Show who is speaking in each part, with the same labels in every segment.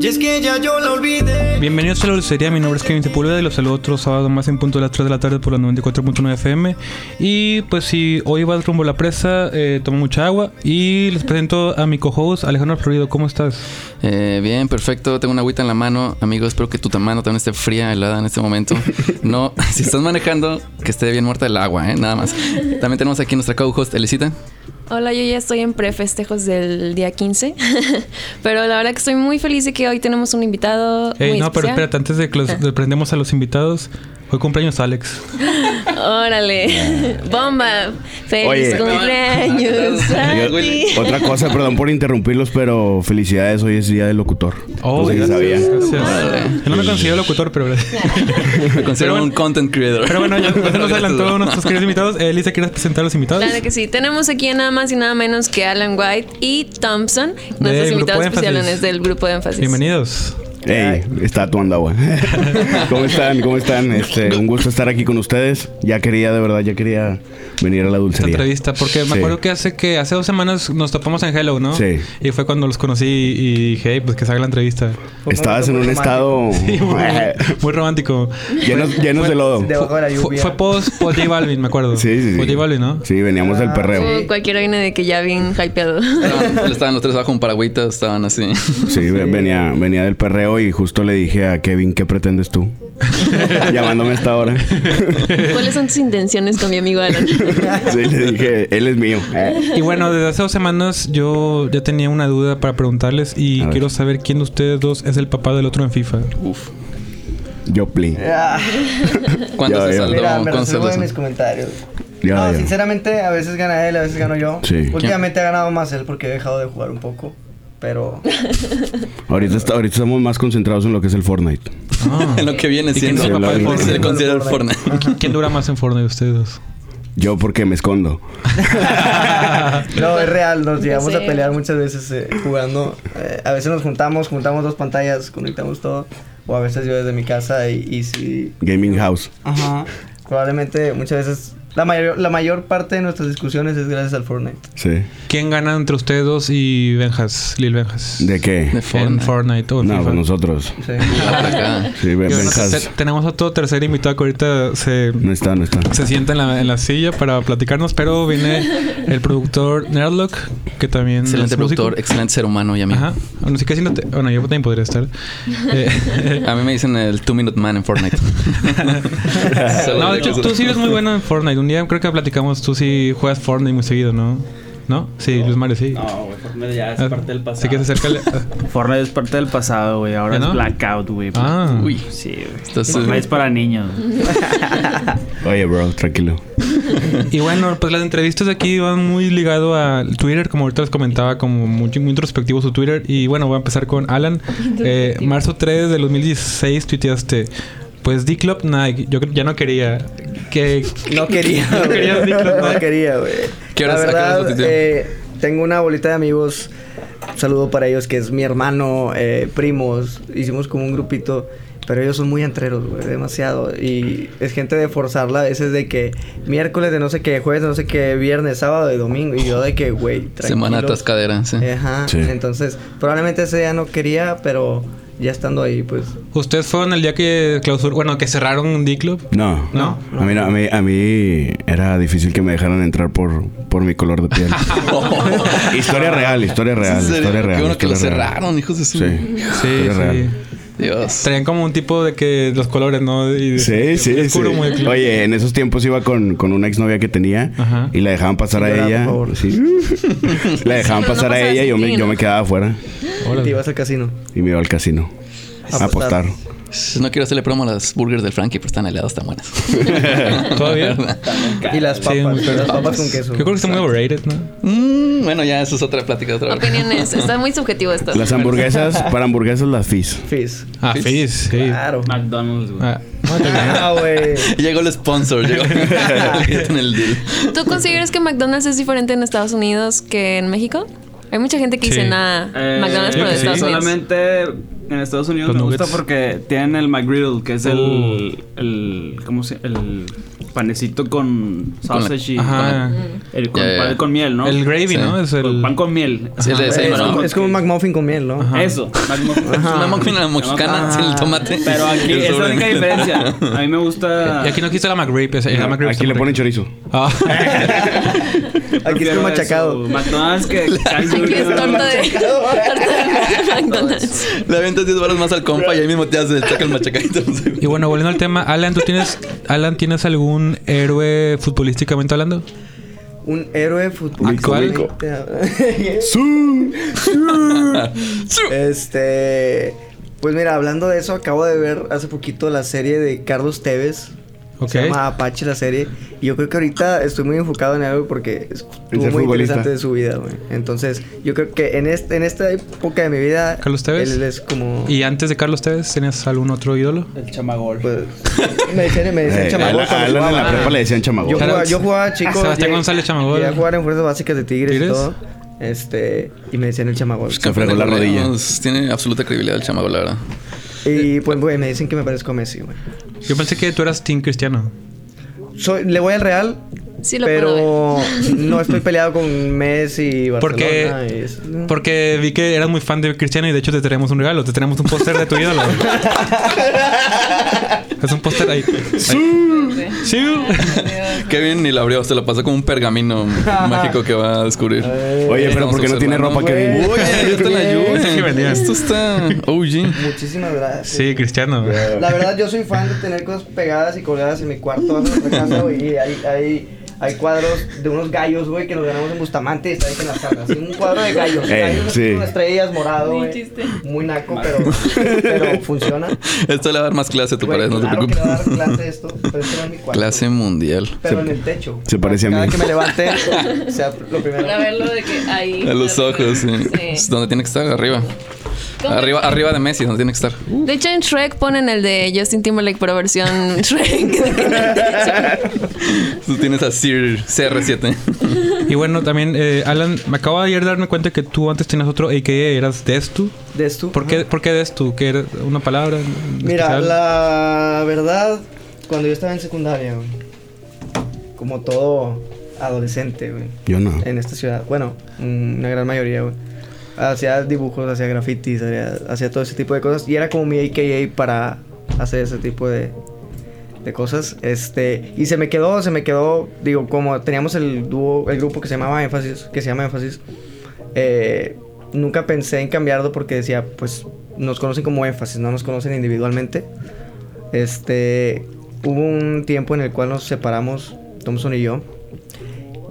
Speaker 1: Y es que ya yo la olvidé.
Speaker 2: Bienvenidos a la dulcería, mi nombre es Kevin Sepúlveda y los saludo otro sábado más en punto de las 3 de la tarde por la 94.9 FM. Y pues si hoy vas rumbo a la presa, eh, toma mucha agua y les presento a mi co-host Alejandro Florido, ¿cómo estás?
Speaker 3: Eh, bien, perfecto. Tengo una agüita en la mano. Amigo, espero que tu ta- mano también esté fría, helada en este momento. No, si estás manejando, que esté bien muerta el agua, ¿eh? Nada más. También tenemos aquí nuestra co-host, Elisita.
Speaker 4: Hola, yo ya estoy en prefestejos del día 15, pero la verdad que estoy muy feliz de que hoy tenemos un invitado.
Speaker 2: Ey,
Speaker 4: muy
Speaker 2: Eh, no, pero
Speaker 4: especial. Ah.
Speaker 2: espérate, antes de que los de prendemos a los invitados, hoy cumpleaños Alex.
Speaker 4: Órale, bomba, feliz
Speaker 5: Oye.
Speaker 4: cumpleaños. a
Speaker 5: Yo-
Speaker 4: ti.
Speaker 5: otra cosa, perdón por interrumpirlos, pero felicidades, hoy es día del locutor.
Speaker 2: Oh,
Speaker 5: No sé si sabían.
Speaker 2: gracias. Yo no me considero locutor, pero gracias.
Speaker 3: Me considero
Speaker 2: Pero bueno-
Speaker 3: un content creator.
Speaker 2: Pero bueno, ya ya se nos adelantó nuestros queridos invitados. Eh, Elisa, ¿quieres presentar a los invitados?
Speaker 4: Claro que sí, tenemos aquí a nada más y nada menos que Alan White y Thompson, nuestros
Speaker 2: Grupo
Speaker 4: invitados
Speaker 2: de Énfasis.
Speaker 4: especiales del grupo de énfasis.
Speaker 2: Bienvenidos.
Speaker 5: Ey, está atuando agua. ¿Cómo están? ¿Cómo están? Este, un gusto estar aquí con ustedes. Ya quería, de verdad, ya quería venir a la
Speaker 2: esta
Speaker 5: dulcería.
Speaker 2: entrevista porque me
Speaker 5: Sí.
Speaker 2: acuerdo que hace que hace dos semanas nos topamos en Hello, ¿no?
Speaker 5: Sí.
Speaker 2: Y fue cuando los conocí y dije, hey, pues que salga la entrevista.
Speaker 5: Estabas en un estado
Speaker 2: Sí, muy, muy romántico.
Speaker 5: llenos, llenos de lodo.
Speaker 6: Debajo de la
Speaker 2: Fue,
Speaker 6: lluvia.
Speaker 2: fue post, post J Balvin, me acuerdo.
Speaker 5: Sí, sí, sí.
Speaker 2: Post J Balvin, ¿no?
Speaker 5: Ah, Sí, veníamos del perreo.
Speaker 4: Uh, cualquiera viene de que ya bien hypeado.
Speaker 3: Estaban, estaban los tres bajo un paragüita, estaban así.
Speaker 5: Sí, ve- venía, venía del perreo y justo le dije a Kevin, ¿qué pretendes tú? Llamándome a esta hora.
Speaker 4: ¿Cuáles son tus intenciones con mi amigo Alan?
Speaker 5: Sí, le dije, él es mío.
Speaker 2: Y bueno, desde hace dos semanas yo ya tenía una duda para preguntarles y
Speaker 5: A ver.
Speaker 2: quiero saber quién de ustedes dos es el papá del otro en FIFA.
Speaker 3: Uf.
Speaker 5: Yo, please.
Speaker 6: Ah,
Speaker 3: ¿Cuándo
Speaker 5: Ya
Speaker 3: se
Speaker 5: veo.
Speaker 3: saldó?
Speaker 6: mira, me
Speaker 3: ¿Cuándo se
Speaker 6: reservo de
Speaker 3: saldó?
Speaker 6: mis comentarios.
Speaker 5: Ya,
Speaker 6: no,
Speaker 5: ya.
Speaker 6: sinceramente, a veces gana él, a veces gano yo.
Speaker 5: Sí.
Speaker 6: Últimamente ha ganado más él porque he dejado de jugar un poco. Pero
Speaker 5: Ahorita, está- ahorita estamos más concentrados en lo que es el Fortnite.
Speaker 2: Ah.
Speaker 3: En lo que viene
Speaker 2: quién
Speaker 3: siendo.
Speaker 2: es el papá del
Speaker 3: Se
Speaker 2: Fortnite?
Speaker 3: le considera el Fortnite.
Speaker 2: ¿Qui- ¿Quién dura más en Fortnite de ustedes dos?
Speaker 5: Yo porque me escondo.
Speaker 6: no, es real, nos llegamos
Speaker 4: sé.
Speaker 6: a pelear muchas veces eh, jugando. Eh, a veces nos juntamos, juntamos dos pantallas, conectamos todo. O a veces yo desde mi casa y, y sí.
Speaker 5: Gaming House.
Speaker 6: Ajá. Probablemente muchas veces. La mayor, la mayor parte de nuestras discusiones es gracias al Fortnite.
Speaker 5: Sí.
Speaker 2: ¿Quién gana entre ustedes dos y Benjas, Lil Benjas?
Speaker 5: ¿De qué?
Speaker 3: De
Speaker 2: En
Speaker 3: Fortnite.
Speaker 2: Fortnite o en
Speaker 5: No,
Speaker 2: FIFA.
Speaker 5: con nosotros.
Speaker 6: Sí.
Speaker 3: Por acá.
Speaker 5: Sí, ven,
Speaker 2: Yo
Speaker 5: ven,
Speaker 2: no sé,
Speaker 5: Has.
Speaker 2: te- tenemos otro tercer invitado que ahorita se,
Speaker 5: No está, no está.
Speaker 2: se sienta en la, en la silla para platicarnos, pero viene el productor Nerdlock, que también
Speaker 3: Excelente
Speaker 2: es músico.
Speaker 3: productor, excelente ser humano y amigo.
Speaker 2: Ajá. Bueno, sí que siéntate. Bueno, yo también podría estar. Eh,
Speaker 3: A mí me dicen el Two Minute Man en Fortnite.
Speaker 2: no, de hecho, tú sí eres muy bueno en Fortnite. Un día creo que platicamos, tú sí juegas Fortnite muy seguido, ¿no? ¿No? Sí, Luis Mario, sí.
Speaker 7: No, Oh, güey, Fortnite ya es
Speaker 2: Ah,
Speaker 7: parte del pasado.
Speaker 2: Así que se acerca... el-
Speaker 7: Fortnite es parte del pasado, güey. Ahora
Speaker 2: ¿Ya no?
Speaker 7: es Blackout, güey.
Speaker 2: Ah. Pues
Speaker 3: Uy. eh,
Speaker 7: Sí, güey.
Speaker 3: Entonces-
Speaker 7: Fortnite es para niños.
Speaker 5: Oye, bro, tranquilo.
Speaker 2: Y bueno, pues las entrevistas de aquí van muy ligado a Twitter, como ahorita les comentaba, como muy, muy introspectivo su Twitter. Y bueno, voy a empezar con Alan. Eh, marzo 3 de 2016 tuiteaste, pues D-Club Nike, yo ya no quería que...
Speaker 6: No quería.
Speaker 2: No
Speaker 6: güey.
Speaker 2: querías Diclo, ¿no?
Speaker 6: No quería, güey.
Speaker 3: ¿Qué
Speaker 6: La
Speaker 3: horas- a qué horas lo
Speaker 6: verdad,
Speaker 3: tuiteó?
Speaker 6: eh, tengo una bolita de amigos. Un saludo para ellos, que es mi hermano, eh, primos. Hicimos como un grupito. Pero ellos son muy antreros, güey, demasiado. Y es gente de forzarla a veces de que miércoles de no sé qué, jueves de no sé qué, viernes, sábado de domingo. Y yo de que, güey,
Speaker 3: Semana
Speaker 6: tranquilo.
Speaker 3: atascadera, sí.
Speaker 7: Eh.
Speaker 6: Ajá.
Speaker 5: Sí.
Speaker 6: Entonces, probablemente ese día no quería, pero ya estando ahí, pues.
Speaker 2: Ustedes fueron el día que clausur... Bueno, que cerraron D-Club.
Speaker 5: No.
Speaker 2: No.
Speaker 5: A mí, no, a, mí, a mí era difícil que me dejaran entrar por, por mi color de piel. historia real, historia
Speaker 3: ¿Es en
Speaker 5: real,
Speaker 3: serio?
Speaker 5: historia real.
Speaker 3: Qué bueno que lo
Speaker 5: historia real.
Speaker 3: cerraron, hijos de su.
Speaker 5: Sí.
Speaker 2: Sí,
Speaker 5: historia
Speaker 2: sí.
Speaker 5: Ah, real.
Speaker 3: Dios.
Speaker 2: Traían como un tipo de que los colores, ¿no? Y-
Speaker 5: Sí, sí,
Speaker 2: muy
Speaker 5: sí.
Speaker 2: oscuro, muy claro.
Speaker 5: Oye, en esos tiempos iba con, con una exnovia que tenía
Speaker 2: Ajá.
Speaker 5: y la dejaban pasar a
Speaker 6: Llorar,
Speaker 5: ella.
Speaker 6: por favor.
Speaker 5: Sí. la dejaban
Speaker 4: Pero no
Speaker 5: pasar a
Speaker 4: pasabas
Speaker 5: ella y yo
Speaker 4: sin
Speaker 5: me,
Speaker 4: ti, ¿no?
Speaker 5: yo me quedaba afuera
Speaker 2: Órale.
Speaker 6: Te ibas al casino.
Speaker 5: y me iba al casino a apostar.
Speaker 6: Apostar.
Speaker 3: No quiero hacerle promo a las burgers del Frankie, pero están heladas, tan buenas.
Speaker 2: ¿Todavía?
Speaker 6: Y las
Speaker 2: Sí, muy
Speaker 6: papas.
Speaker 2: caro.
Speaker 6: las papas con queso.
Speaker 2: Yo creo que está muy overrated, ¿no?
Speaker 3: Mm, bueno, ya, eso es otra plática de otra vez.
Speaker 4: Opiniones, está muy subjetivo esto.
Speaker 5: Las hamburguesas, para hamburguesas las fizz.
Speaker 6: Fizz.
Speaker 2: Ah, Fizz, sí.
Speaker 6: Claro.
Speaker 7: McDonald's, güey.
Speaker 2: Ah, no, está bien.
Speaker 6: Ah, güey.
Speaker 3: Llegó el sponsor, llegó. en el deal.
Speaker 4: ¿Tú consideras que McDonald's es diferente en Estados Unidos que en México? Hay mucha gente que dice
Speaker 2: Sí.
Speaker 4: nada,
Speaker 7: Eh,
Speaker 4: McDonald's
Speaker 2: creo
Speaker 4: pero de
Speaker 2: que sí.
Speaker 4: Estados Unidos.
Speaker 7: Solamente en Estados Unidos
Speaker 2: Los
Speaker 7: me gusta
Speaker 2: nuggets. Uh.
Speaker 7: porque tienen el McGriddle, que es el, el ¿cómo se el panecito con sausage y
Speaker 2: Ajá.
Speaker 7: con, el, con
Speaker 3: Ya, ya, ya.
Speaker 7: pan con miel, ¿no?
Speaker 2: El gravy,
Speaker 3: Sí.
Speaker 2: ¿no? Es
Speaker 7: Con
Speaker 2: el.
Speaker 7: Pues pan con miel.
Speaker 3: Sí, el de
Speaker 7: Ajá.
Speaker 3: desayuno,
Speaker 6: es,
Speaker 3: ¿no?
Speaker 6: como, es como un McMuffin con miel, ¿no?
Speaker 7: Eso.
Speaker 6: Ajá.
Speaker 3: Una mocina mexicana
Speaker 7: Ajá.
Speaker 3: sin el tomate.
Speaker 7: Ah, Pero aquí
Speaker 3: El
Speaker 7: es la
Speaker 3: sobre-
Speaker 7: única diferencia. A mí me gusta
Speaker 2: Y aquí no quise la McRape. esa- La McRape
Speaker 5: Aquí
Speaker 2: está
Speaker 5: le ponen
Speaker 2: rica.
Speaker 5: chorizo.
Speaker 2: Ah.
Speaker 6: Aquí está
Speaker 7: prefiero
Speaker 6: machacado.
Speaker 7: eso, McDonald's que
Speaker 4: Aquí es torta de, torta de McDonald's.
Speaker 3: Le avientas 10 balas más al compa y ahí mismo te hace saca el machacadito.
Speaker 2: Y bueno, volviendo al tema, Alan, ¿tú tienes, Alan, ¿tienes algún héroe futbolísticamente hablando?
Speaker 6: Un héroe futbolístico.
Speaker 2: ¿Actual?
Speaker 5: ¡Su!
Speaker 6: este. Pues mira, hablando de eso, acabo de ver hace poquito la serie de Carlos Tevez.
Speaker 2: Ok.
Speaker 6: Se llama Apache la serie. Y yo creo que ahorita estoy muy enfocado en algo porque estuvo
Speaker 5: ser
Speaker 6: muy
Speaker 5: futbolista.
Speaker 6: interesante de su vida, güey. Entonces, yo creo que en, este, en esta época de mi vida.
Speaker 2: Carlos Tevez.
Speaker 6: Él es como.
Speaker 2: ¿Y antes de Carlos Tevez, tenías algún otro ídolo?
Speaker 7: El chamagol.
Speaker 6: pues, me decían, me decían
Speaker 5: Eh,
Speaker 6: chamagol
Speaker 5: a- a
Speaker 6: cuando
Speaker 5: Alan en la
Speaker 6: jugaba.
Speaker 5: prepa le decían chamagol.
Speaker 6: Yo jugaba,
Speaker 2: Claro.
Speaker 6: yo jugaba chico.
Speaker 2: Sebastián
Speaker 6: llegué-
Speaker 2: González Chamagol.
Speaker 6: Llegué a jugar en fuerzas básicas de Tigres,
Speaker 2: ¿Tigres?
Speaker 6: y todo. Este, y me decían el chamagol.
Speaker 5: Se fregó Pues la rodilla.
Speaker 3: Tiene absoluta credibilidad el chamaco, la verdad.
Speaker 6: Y pues, güey, me dicen que me parezco a Messi, güey.
Speaker 2: Yo pensé que tú eras Team Cristiano.
Speaker 6: Soy, le voy al Real,
Speaker 4: Sí lo puedo ver.
Speaker 6: pero no estoy peleado con Messi y
Speaker 2: Porque,
Speaker 6: Barcelona. y es- no.
Speaker 2: porque vi que eras muy fan de Cristiano y de hecho te tenemos un regalo. Te tenemos un póster de tu ídolo. es un póster ahí. Sí.
Speaker 3: Kevin ni la abrió, se la pasó como un pergamino mágico que va a descubrir.
Speaker 5: Oye, pero
Speaker 3: Estamos
Speaker 5: ¿por qué no tiene
Speaker 3: observando.
Speaker 5: ropa, Kevin?
Speaker 3: Oye, yo te la
Speaker 2: Sí,
Speaker 3: ayude.
Speaker 2: venía.
Speaker 3: Esto está OG.
Speaker 6: Muchísimas gracias.
Speaker 2: Sí, Cristiano.
Speaker 6: La verdad, yo soy fan de tener cosas pegadas y colgadas en mi cuarto, abajo de nuestra casa, güey. Y hay, hay, hay cuadros de unos gallos, güey, que los ganamos en Bustamante y está ahí en la sala. Así, un cuadro de gallos.
Speaker 5: Eh,
Speaker 6: gallos
Speaker 5: sí.
Speaker 6: con estrellas morado,
Speaker 8: Ni
Speaker 6: güey.
Speaker 8: chiste.
Speaker 6: Muy naco, pero, pero funciona.
Speaker 3: Esto le va a dar más clase a tu
Speaker 6: Güey,
Speaker 3: pared, no te
Speaker 6: claro que le va a dar
Speaker 3: preocupes.
Speaker 6: clase esto, pero esto era en mi cuarto.
Speaker 3: Clase mundial.
Speaker 6: Pero en el techo.
Speaker 5: se parece a
Speaker 6: Cada
Speaker 5: mí.
Speaker 6: que me levante, sea lo primero.
Speaker 8: Para verlo de que ahí.
Speaker 3: A los
Speaker 8: arriba.
Speaker 3: ojos, sí. Es
Speaker 8: Sí.
Speaker 3: donde tiene que estar, arriba.
Speaker 8: ¿Cómo?
Speaker 3: Arriba, arriba de Messi, donde tiene que estar.
Speaker 6: Uh.
Speaker 4: De hecho, en Shrek ponen el de Justin Timberlake, pero versión Shrek.
Speaker 3: Tú tienes a Sir CR7.
Speaker 2: Y bueno, también, eh, Alan, me acabo de ayer darme cuenta que tú antes tenías otro AKA, eras Destu.
Speaker 6: De esto.
Speaker 2: ¿Por qué, ¿Por qué Destu? ¿Que era una palabra? en
Speaker 6: Mira,
Speaker 2: especial?
Speaker 6: la verdad, cuando yo estaba en secundaria, güey, como todo adolescente, güey,
Speaker 5: Yo no.
Speaker 6: en esta ciudad, bueno, mm, una gran mayoría, güey, hacía dibujos, hacía grafitis, hacía, hacía todo ese tipo de cosas y era como mi AKA para hacer ese tipo de, de cosas, este, y se me quedó, se me quedó, digo, como teníamos el dúo, el grupo que se llamaba Énfasis, que se llama Énfasis, eh, nunca pensé en cambiarlo porque decía, pues nos conocen como énfasis, no nos conocen individualmente. Este, hubo un tiempo en el cual nos separamos, Thompson y yo.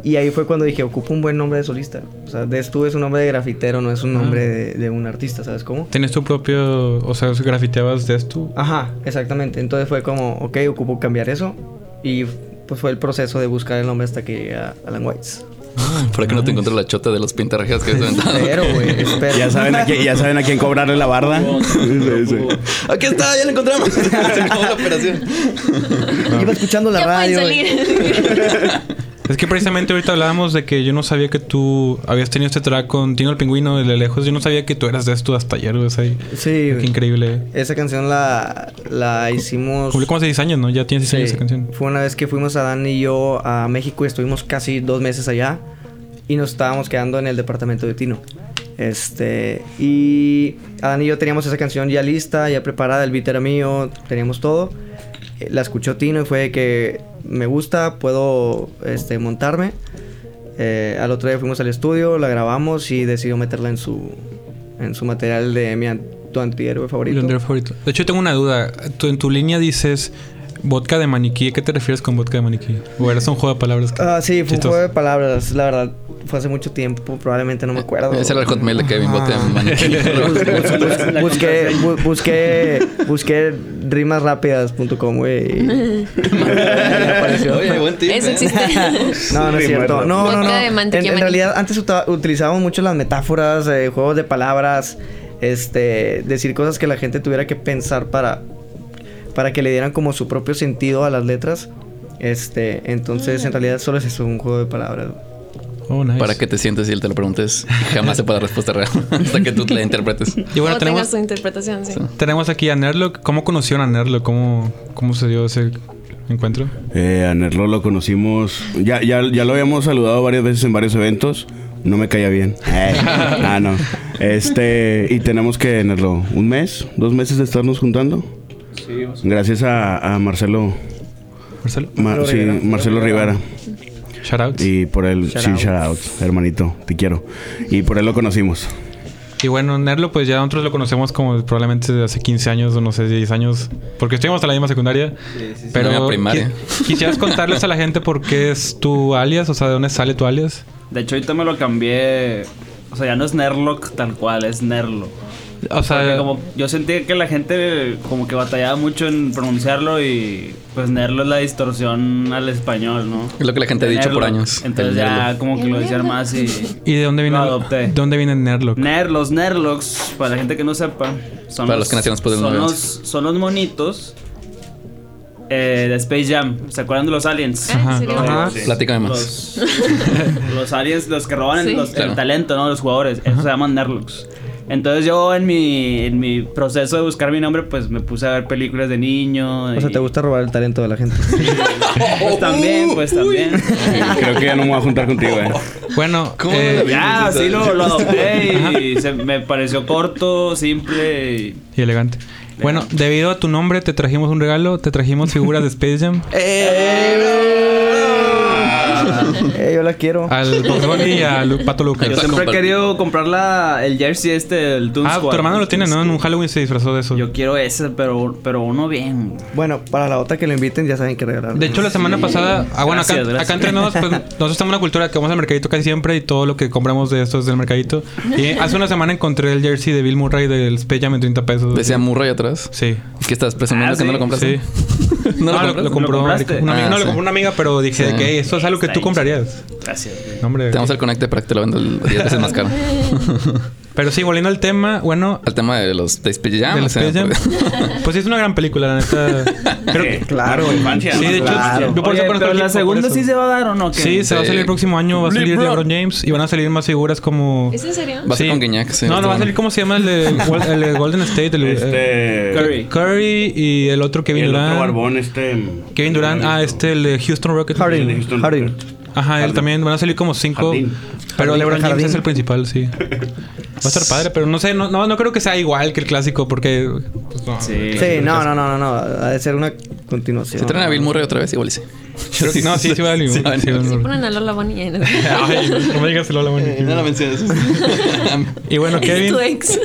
Speaker 6: Y ahí fue cuando dije, ocupo un buen nombre de solista. O sea, Destu es un nombre de grafitero, no es
Speaker 5: Ah.
Speaker 6: un nombre de, de un artista, ¿sabes cómo?
Speaker 2: ¿Tenías tu propio, o sea, grafiteabas Destu?
Speaker 6: Ajá, exactamente. Entonces fue como, ok, ocupo cambiar eso. Y pues fue el proceso de buscar el nombre hasta que llegué a Alan Whites.
Speaker 3: Para que no te encuentres la chota de los pintarrajeas que has aventado.
Speaker 6: Pero, güey, espero.
Speaker 5: Ya saben, a quién, ya saben a quién cobrarle la barda. Sí, sí.
Speaker 3: Aquí está, ya lo encontramos. Se acabó la operación.
Speaker 6: Iba escuchando la
Speaker 4: Ya pueden
Speaker 6: radio.
Speaker 4: salir.
Speaker 2: Es que precisamente ahorita hablábamos de que yo no sabía que tú habías tenido este track con Tino el Pingüino de lejos. Yo no sabía que tú eras Destu hasta ayer, güey. o sea,
Speaker 6: Sí,
Speaker 2: Qué
Speaker 6: güey.
Speaker 2: increíble.
Speaker 6: Esa canción la, la hicimos.
Speaker 2: Cumplió como 6 años, ¿no? Ya tienes 6 años
Speaker 6: Sí.
Speaker 2: esa canción.
Speaker 6: Fue una vez que fuimos a Dan y yo a México y estuvimos casi dos meses allá y nos estábamos quedando en el departamento de Tino. Este, y Adán y yo teníamos esa canción ya lista, ya preparada, el beat era mío, teníamos todo. Eh, La escuchó Tino y fue de que me gusta, puedo este, montarme. Eh, al otro día fuimos al estudio, la grabamos y decidió meterla en su, en su material de mi an- tu antihéroe
Speaker 2: Mi
Speaker 6: favorito.
Speaker 2: Andrea favorito. De hecho, yo tengo una duda. Tú en tu línea dices vodka de maniquí. ¿A qué te refieres con vodka de maniquí? O eras un juego de palabras. que-
Speaker 6: Ah, sí, fue un
Speaker 2: chistoso.
Speaker 6: juego de palabras, la verdad. Fue hace mucho tiempo, probablemente no me acuerdo.
Speaker 3: Ese era el hotmail de Kevin Bote.
Speaker 6: Ah. Bus- Busqué, bu- busqué, busqué rimasrápidas.com, güey. y- ¿eh?
Speaker 3: Oye, buen tip.
Speaker 4: Eso
Speaker 3: eh.
Speaker 4: existe.
Speaker 6: No, no es cierto. No, no, no.
Speaker 4: Vodka de
Speaker 6: En,
Speaker 4: mantequilla
Speaker 6: en
Speaker 4: maní.
Speaker 6: realidad, antes uta- utilizábamos mucho las metáforas, eh, juegos de palabras, este, decir cosas que la gente tuviera que pensar para, para que le dieran como su propio sentido a las letras. Este, entonces, en realidad, solo es eso, un juego de palabras.
Speaker 2: Oh, nice.
Speaker 3: para que te sientes y él te lo preguntes. Y jamás sepa la respuesta real hasta que tú la interpretes.
Speaker 2: Y bueno,
Speaker 4: o tengas
Speaker 2: tenemos,
Speaker 4: tu interpretación, sí.
Speaker 2: tenemos aquí a Nerlock. ¿Cómo conocieron a Nerlock? ¿Cómo, ¿Cómo se dio ese encuentro?
Speaker 5: Eh, a Nerlo lo conocimos. Ya, ya, ya lo habíamos saludado varias veces en varios eventos. No me caía bien. Eh, ah, no. Este, y tenemos que, Nerlo, un mes, dos meses de estarnos juntando. Gracias a, a Marcelo.
Speaker 2: Marcelo.
Speaker 5: Ma-
Speaker 6: Marcelo
Speaker 5: sí,
Speaker 6: Rivera.
Speaker 5: Marcelo Rivera.
Speaker 2: Shout out. Y,
Speaker 5: Y por él,
Speaker 6: Shout
Speaker 5: sí,
Speaker 6: out.
Speaker 5: shout out, hermanito, te quiero. Y por él lo conocimos.
Speaker 2: bueno, Nerlo, pues ya nosotros lo conocemos como probablemente desde hace 15 años o no sé, 10 años. Porque estuvimos en la misma secundaria. Pero
Speaker 3: La misma primaria.
Speaker 2: qui- quisieras contarles a la gente por qué es tu alias, o sea, de dónde sale tu alias.
Speaker 7: De hecho, ahorita me lo cambié. O sea, ya no es Nerlock tal cual, es Nerlo.
Speaker 2: O
Speaker 7: Porque
Speaker 2: sea,
Speaker 7: como yo sentí que la gente como que batallaba mucho en pronunciarlo y pues Nerlo es la distorsión al español, ¿no?
Speaker 3: Es lo que la gente ha dicho por
Speaker 7: Nerlo.
Speaker 3: años.
Speaker 7: Entonces
Speaker 3: el
Speaker 7: ya
Speaker 3: Nerlo.
Speaker 7: como que lo decían más y...
Speaker 2: ¿y de dónde viene,
Speaker 7: Lo adopté.
Speaker 2: ¿dónde viene Nerlock?
Speaker 7: Ner, los Nerlocks, para la gente que no sepa, son
Speaker 3: Para los que nacieron después del
Speaker 7: son
Speaker 3: 90.
Speaker 7: los, son los monitos eh, de Space Jam. ¿Se acuerdan de los aliens?
Speaker 2: Ajá.
Speaker 4: Ah, ¿en serio?
Speaker 7: Los-
Speaker 2: Ajá.
Speaker 3: Platícame más.
Speaker 7: Los, los aliens, los que roban el-
Speaker 4: Sí.
Speaker 7: los-
Speaker 3: Claro.
Speaker 7: el talento, ¿no? Los jugadores. Esos se llaman Nerlocks. Entonces yo en mi, en mi proceso de buscar mi nombre, pues me puse a ver películas de niño.
Speaker 6: O sea,
Speaker 7: y-
Speaker 6: ¿te gusta robar el talento de la gente?
Speaker 7: Pues también, pues también.
Speaker 5: Creo que ya no me voy a juntar contigo, eh.
Speaker 2: Bueno,
Speaker 3: ¿Cómo
Speaker 2: eh,
Speaker 3: no la vi?
Speaker 7: Ya, así lo, lo adopté y se- me pareció corto, simple y...
Speaker 2: y elegante. Bueno, debido a tu nombre te trajimos un regalo, te trajimos figuras de Space Jam
Speaker 6: eh, yo la quiero.
Speaker 2: al Pokémon y a Lu- Pato Lucas.
Speaker 7: Yo
Speaker 3: Está
Speaker 7: siempre he
Speaker 3: compartido.
Speaker 7: querido comprar la, el jersey este del Toon
Speaker 2: Ah, tu
Speaker 7: Squad.
Speaker 2: hermano lo tiene, ¿no? En un Halloween se disfrazó de eso.
Speaker 7: Yo quiero ese, pero, pero uno bien.
Speaker 6: Bueno, para la otra que lo inviten ya saben que regalar.
Speaker 2: De hecho, la semana pasada, ah, bueno, acá,
Speaker 7: Gracias, gracias.
Speaker 2: acá entre nosotros, pues, nosotros estamos en una cultura que vamos al mercadito casi siempre y todo lo que compramos de esto es del mercadito. Y hace una semana encontré el jersey de Bill Murray del Space Jam en 30 pesos.
Speaker 3: Decía Murray atrás.
Speaker 2: Sí.
Speaker 3: ¿Qué estás presumiendo
Speaker 7: Ah,
Speaker 3: que no
Speaker 7: sí,
Speaker 3: lo compraste?
Speaker 2: Sí.
Speaker 3: ¿No lo
Speaker 2: Ah,
Speaker 3: compraste?
Speaker 2: lo compró
Speaker 7: ¿Lo
Speaker 2: una
Speaker 7: compraste?
Speaker 2: amiga,
Speaker 3: Ah,
Speaker 2: no,
Speaker 3: sí.
Speaker 2: lo compró una amiga, pero dije
Speaker 3: Sí.
Speaker 2: de que eso es algo que tú
Speaker 7: Está
Speaker 2: comprarías.
Speaker 7: Gracias. güey.
Speaker 2: No, hombre.
Speaker 3: Te vamos al conecte para que te lo venda el- 10 veces más caro.
Speaker 2: Pero sí, volviendo al tema, bueno,
Speaker 3: al tema de los de Space Jam,
Speaker 2: del
Speaker 3: o sea, pues-
Speaker 2: Space Jam,
Speaker 3: porque-
Speaker 2: pues sí es una gran película, la neta. Creo que-
Speaker 6: Claro.
Speaker 5: infancia,
Speaker 2: Sí, de hecho,
Speaker 6: Claro.
Speaker 2: yo por
Speaker 7: Oye,
Speaker 2: eso conozco
Speaker 7: pero
Speaker 2: al
Speaker 7: la
Speaker 2: equipo,
Speaker 7: segunda
Speaker 2: por eso.
Speaker 7: sí se va a dar o no. ¿Qué?
Speaker 2: Sí, se va a
Speaker 3: Sí.
Speaker 2: salir el próximo año, va a salir
Speaker 3: Lebron.
Speaker 2: LeBron James y van a salir más figuras como
Speaker 4: ¿Es en serio?
Speaker 3: Va a ser con Guiñac,
Speaker 2: no,
Speaker 3: sí, está
Speaker 2: no va a
Speaker 3: bueno.
Speaker 2: salir, ¿cómo se llama el de, el de Golden State? El, eh,
Speaker 5: Este.
Speaker 7: Curry.
Speaker 2: Curry y el otro Kevin
Speaker 5: el otro
Speaker 2: Durant.
Speaker 5: barbón, este.
Speaker 2: Kevin Durant, ah, este, el de Houston Rockets.
Speaker 5: El de
Speaker 6: Harding.
Speaker 5: Houston
Speaker 6: Harding.
Speaker 5: Rockets.
Speaker 2: Ajá, él también, van a salir como cinco.
Speaker 5: Jardín.
Speaker 2: Pero
Speaker 6: Jardín,
Speaker 2: LeBron James
Speaker 6: jardín.
Speaker 2: es el principal, sí. Va a estar padre, pero no sé, no, no, no creo que sea igual que el clásico porque... pues, no.
Speaker 7: Sí.
Speaker 6: Sí, no, no, no, no, no. Ha de ser una continuación.
Speaker 3: Si traen a Bill Murray otra vez, igual y sí.
Speaker 2: Creo que- no, sí, sí va a salir.
Speaker 3: Sí va a
Speaker 2: Sí,
Speaker 3: venir.
Speaker 4: Sí,
Speaker 2: no.
Speaker 4: ponen a Lola Bonnie en
Speaker 2: Ay, no me digas el hola, bueno.
Speaker 3: Eh,
Speaker 7: Eh,
Speaker 3: No lo menciones.
Speaker 2: Y bueno,
Speaker 4: Es
Speaker 2: Kevin,
Speaker 4: tu ex.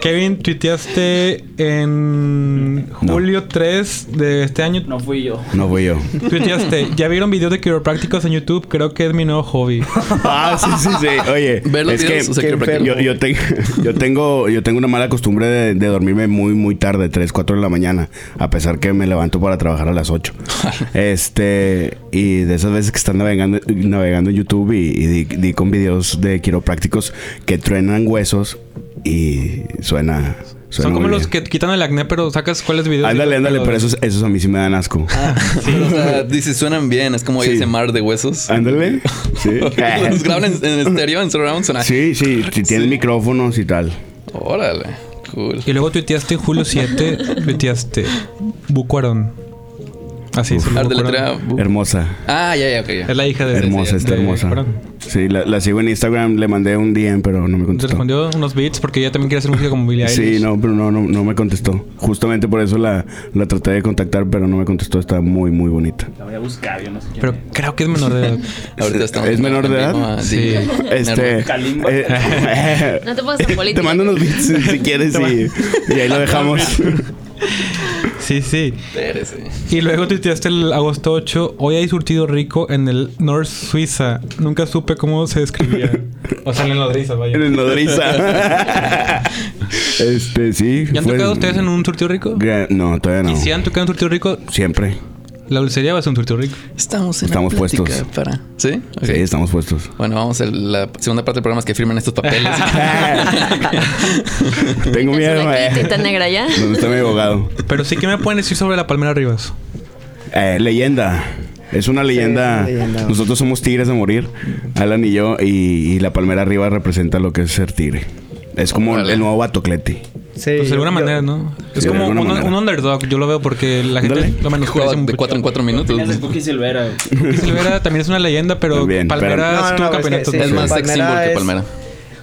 Speaker 2: Kevin, tuiteaste en julio 3 de este año.
Speaker 7: No fui yo.
Speaker 5: No fui yo.
Speaker 2: Tuiteaste, ya vieron videos de quiroprácticos en YouTube, creo que es mi nuevo hobby.
Speaker 5: Ah, sí, sí, sí. Oye,
Speaker 3: Ver los
Speaker 5: es
Speaker 3: videos,
Speaker 5: que
Speaker 3: o sea,
Speaker 5: que
Speaker 3: quiero practicar.
Speaker 5: yo, yo, tengo- yo tengo, yo tengo una mala costumbre de, de dormirme muy, muy tarde, 3, 4 de la mañana, a pesar que me levanto para trabajar a las 8. este, y de esas veces que están navegando, navegando en YouTube y, y di, di con videos de quiroprácticos que truenan huesos y suena... suena
Speaker 2: Son como
Speaker 5: muy
Speaker 2: los
Speaker 5: bien.
Speaker 2: que quitan el acné, pero sacas cuáles videos.
Speaker 5: Ándale, ándale, pero
Speaker 2: es
Speaker 5: esos, esos a mí sí me dan asco.
Speaker 3: Pero, o sea, dice, suenan bien, es como
Speaker 5: Sí.
Speaker 3: ese mar de huesos.
Speaker 5: Ándale. Sí. Eh.
Speaker 3: Los graban en, en estéreo, en surround, suena.
Speaker 5: sí, sí, si tienen micrófonos y tal.
Speaker 3: Órale, cool.
Speaker 2: Y luego tuiteaste en julio 7, tuiteaste Bucuarón. Ah, Así, solo
Speaker 3: Ar de
Speaker 2: Bucuarón.
Speaker 3: letra.
Speaker 5: Hermosa.
Speaker 3: Ah, ya, ya, ok, ya.
Speaker 2: Es la hija de...
Speaker 5: Hermosa,
Speaker 2: de-
Speaker 5: está
Speaker 2: de
Speaker 5: hermosa.
Speaker 2: Bucuarón.
Speaker 5: Sí, la, la sigo en Instagram, le mandé un DM, pero no me
Speaker 2: Te
Speaker 5: contestó.
Speaker 2: respondió unos beats porque ella también quiere hacer música como Billie Eilish.
Speaker 5: Sí, no, pero no, no, no me contestó. Justamente por eso la, la traté de contactar, pero no me contestó. Está muy, muy bonita.
Speaker 7: La voy a buscar, yo no sé quién
Speaker 2: Pero creo que es menor de edad.
Speaker 3: Ahorita estamos.
Speaker 5: ¿Es menor de
Speaker 3: en vivo
Speaker 5: edad?
Speaker 3: a
Speaker 2: Sí.
Speaker 3: DJ.
Speaker 5: Este.
Speaker 7: Kalimba.
Speaker 5: eh,
Speaker 4: No te pongas tan político.
Speaker 5: Te mando unos beats si, si quieres y, y ahí lo dejamos.
Speaker 2: Sí, sí.
Speaker 3: Espérese.
Speaker 2: Y luego tuiteaste el agosto 8. Hoy hay surtido rico en el North Suiza. Nunca supe cómo se describía. O sea, en el nodriza, vaya.
Speaker 5: En nodriza. Este, sí.
Speaker 2: ¿Ya han
Speaker 5: fue-
Speaker 2: tocado ustedes en un surtido rico?
Speaker 5: Gra- No, todavía
Speaker 2: Y
Speaker 5: no.
Speaker 2: si han tocado en un surtido rico,
Speaker 5: Siempre.
Speaker 2: la dulcería va a ser un surtido rico.
Speaker 3: Estamos en
Speaker 5: Estamos
Speaker 3: la plática
Speaker 5: puestos.
Speaker 3: Para... ¿Sí? Ok.
Speaker 5: Sí, estamos puestos.
Speaker 3: Bueno, vamos a la segunda parte del programa es que firmen estos papeles.
Speaker 5: Tengo miedo,
Speaker 4: Aquí,
Speaker 5: eh.
Speaker 4: tinta negra ya.
Speaker 5: ¿Dónde está mi abogado?
Speaker 2: Pero sí que me pueden decir sobre la palmera Rivas.
Speaker 5: Eh, leyenda. Es una leyenda.
Speaker 6: es una leyenda.
Speaker 5: Nosotros somos tigres a morir, Alan y yo, y, y la palmera arriba representa lo que es ser tigre. Es como
Speaker 3: Órale.
Speaker 5: el nuevo Batocleti.
Speaker 6: Sí,
Speaker 2: Pues de
Speaker 6: yo-
Speaker 2: alguna
Speaker 6: yo-
Speaker 2: manera, ¿no?
Speaker 5: Sí,
Speaker 2: es
Speaker 5: de
Speaker 2: como
Speaker 5: alguna
Speaker 2: un,
Speaker 5: manera.
Speaker 2: un underdog, yo lo veo porque la gente
Speaker 5: Ándale.
Speaker 2: lo menosprecia
Speaker 3: Jugaba
Speaker 2: mucho.
Speaker 3: de 4 en 4 minutos.
Speaker 7: Opinas de Cookie Silvera, güey.
Speaker 2: Cookie Silvera también es una leyenda, pero
Speaker 5: También,
Speaker 2: Palmera
Speaker 5: pero-
Speaker 6: No, no,
Speaker 2: estuvo
Speaker 6: no, es que
Speaker 2: campeonato.
Speaker 6: sí,
Speaker 3: Es
Speaker 6: sí,
Speaker 3: más sex
Speaker 6: Palmera
Speaker 3: symbol que
Speaker 6: es-
Speaker 3: Palmera.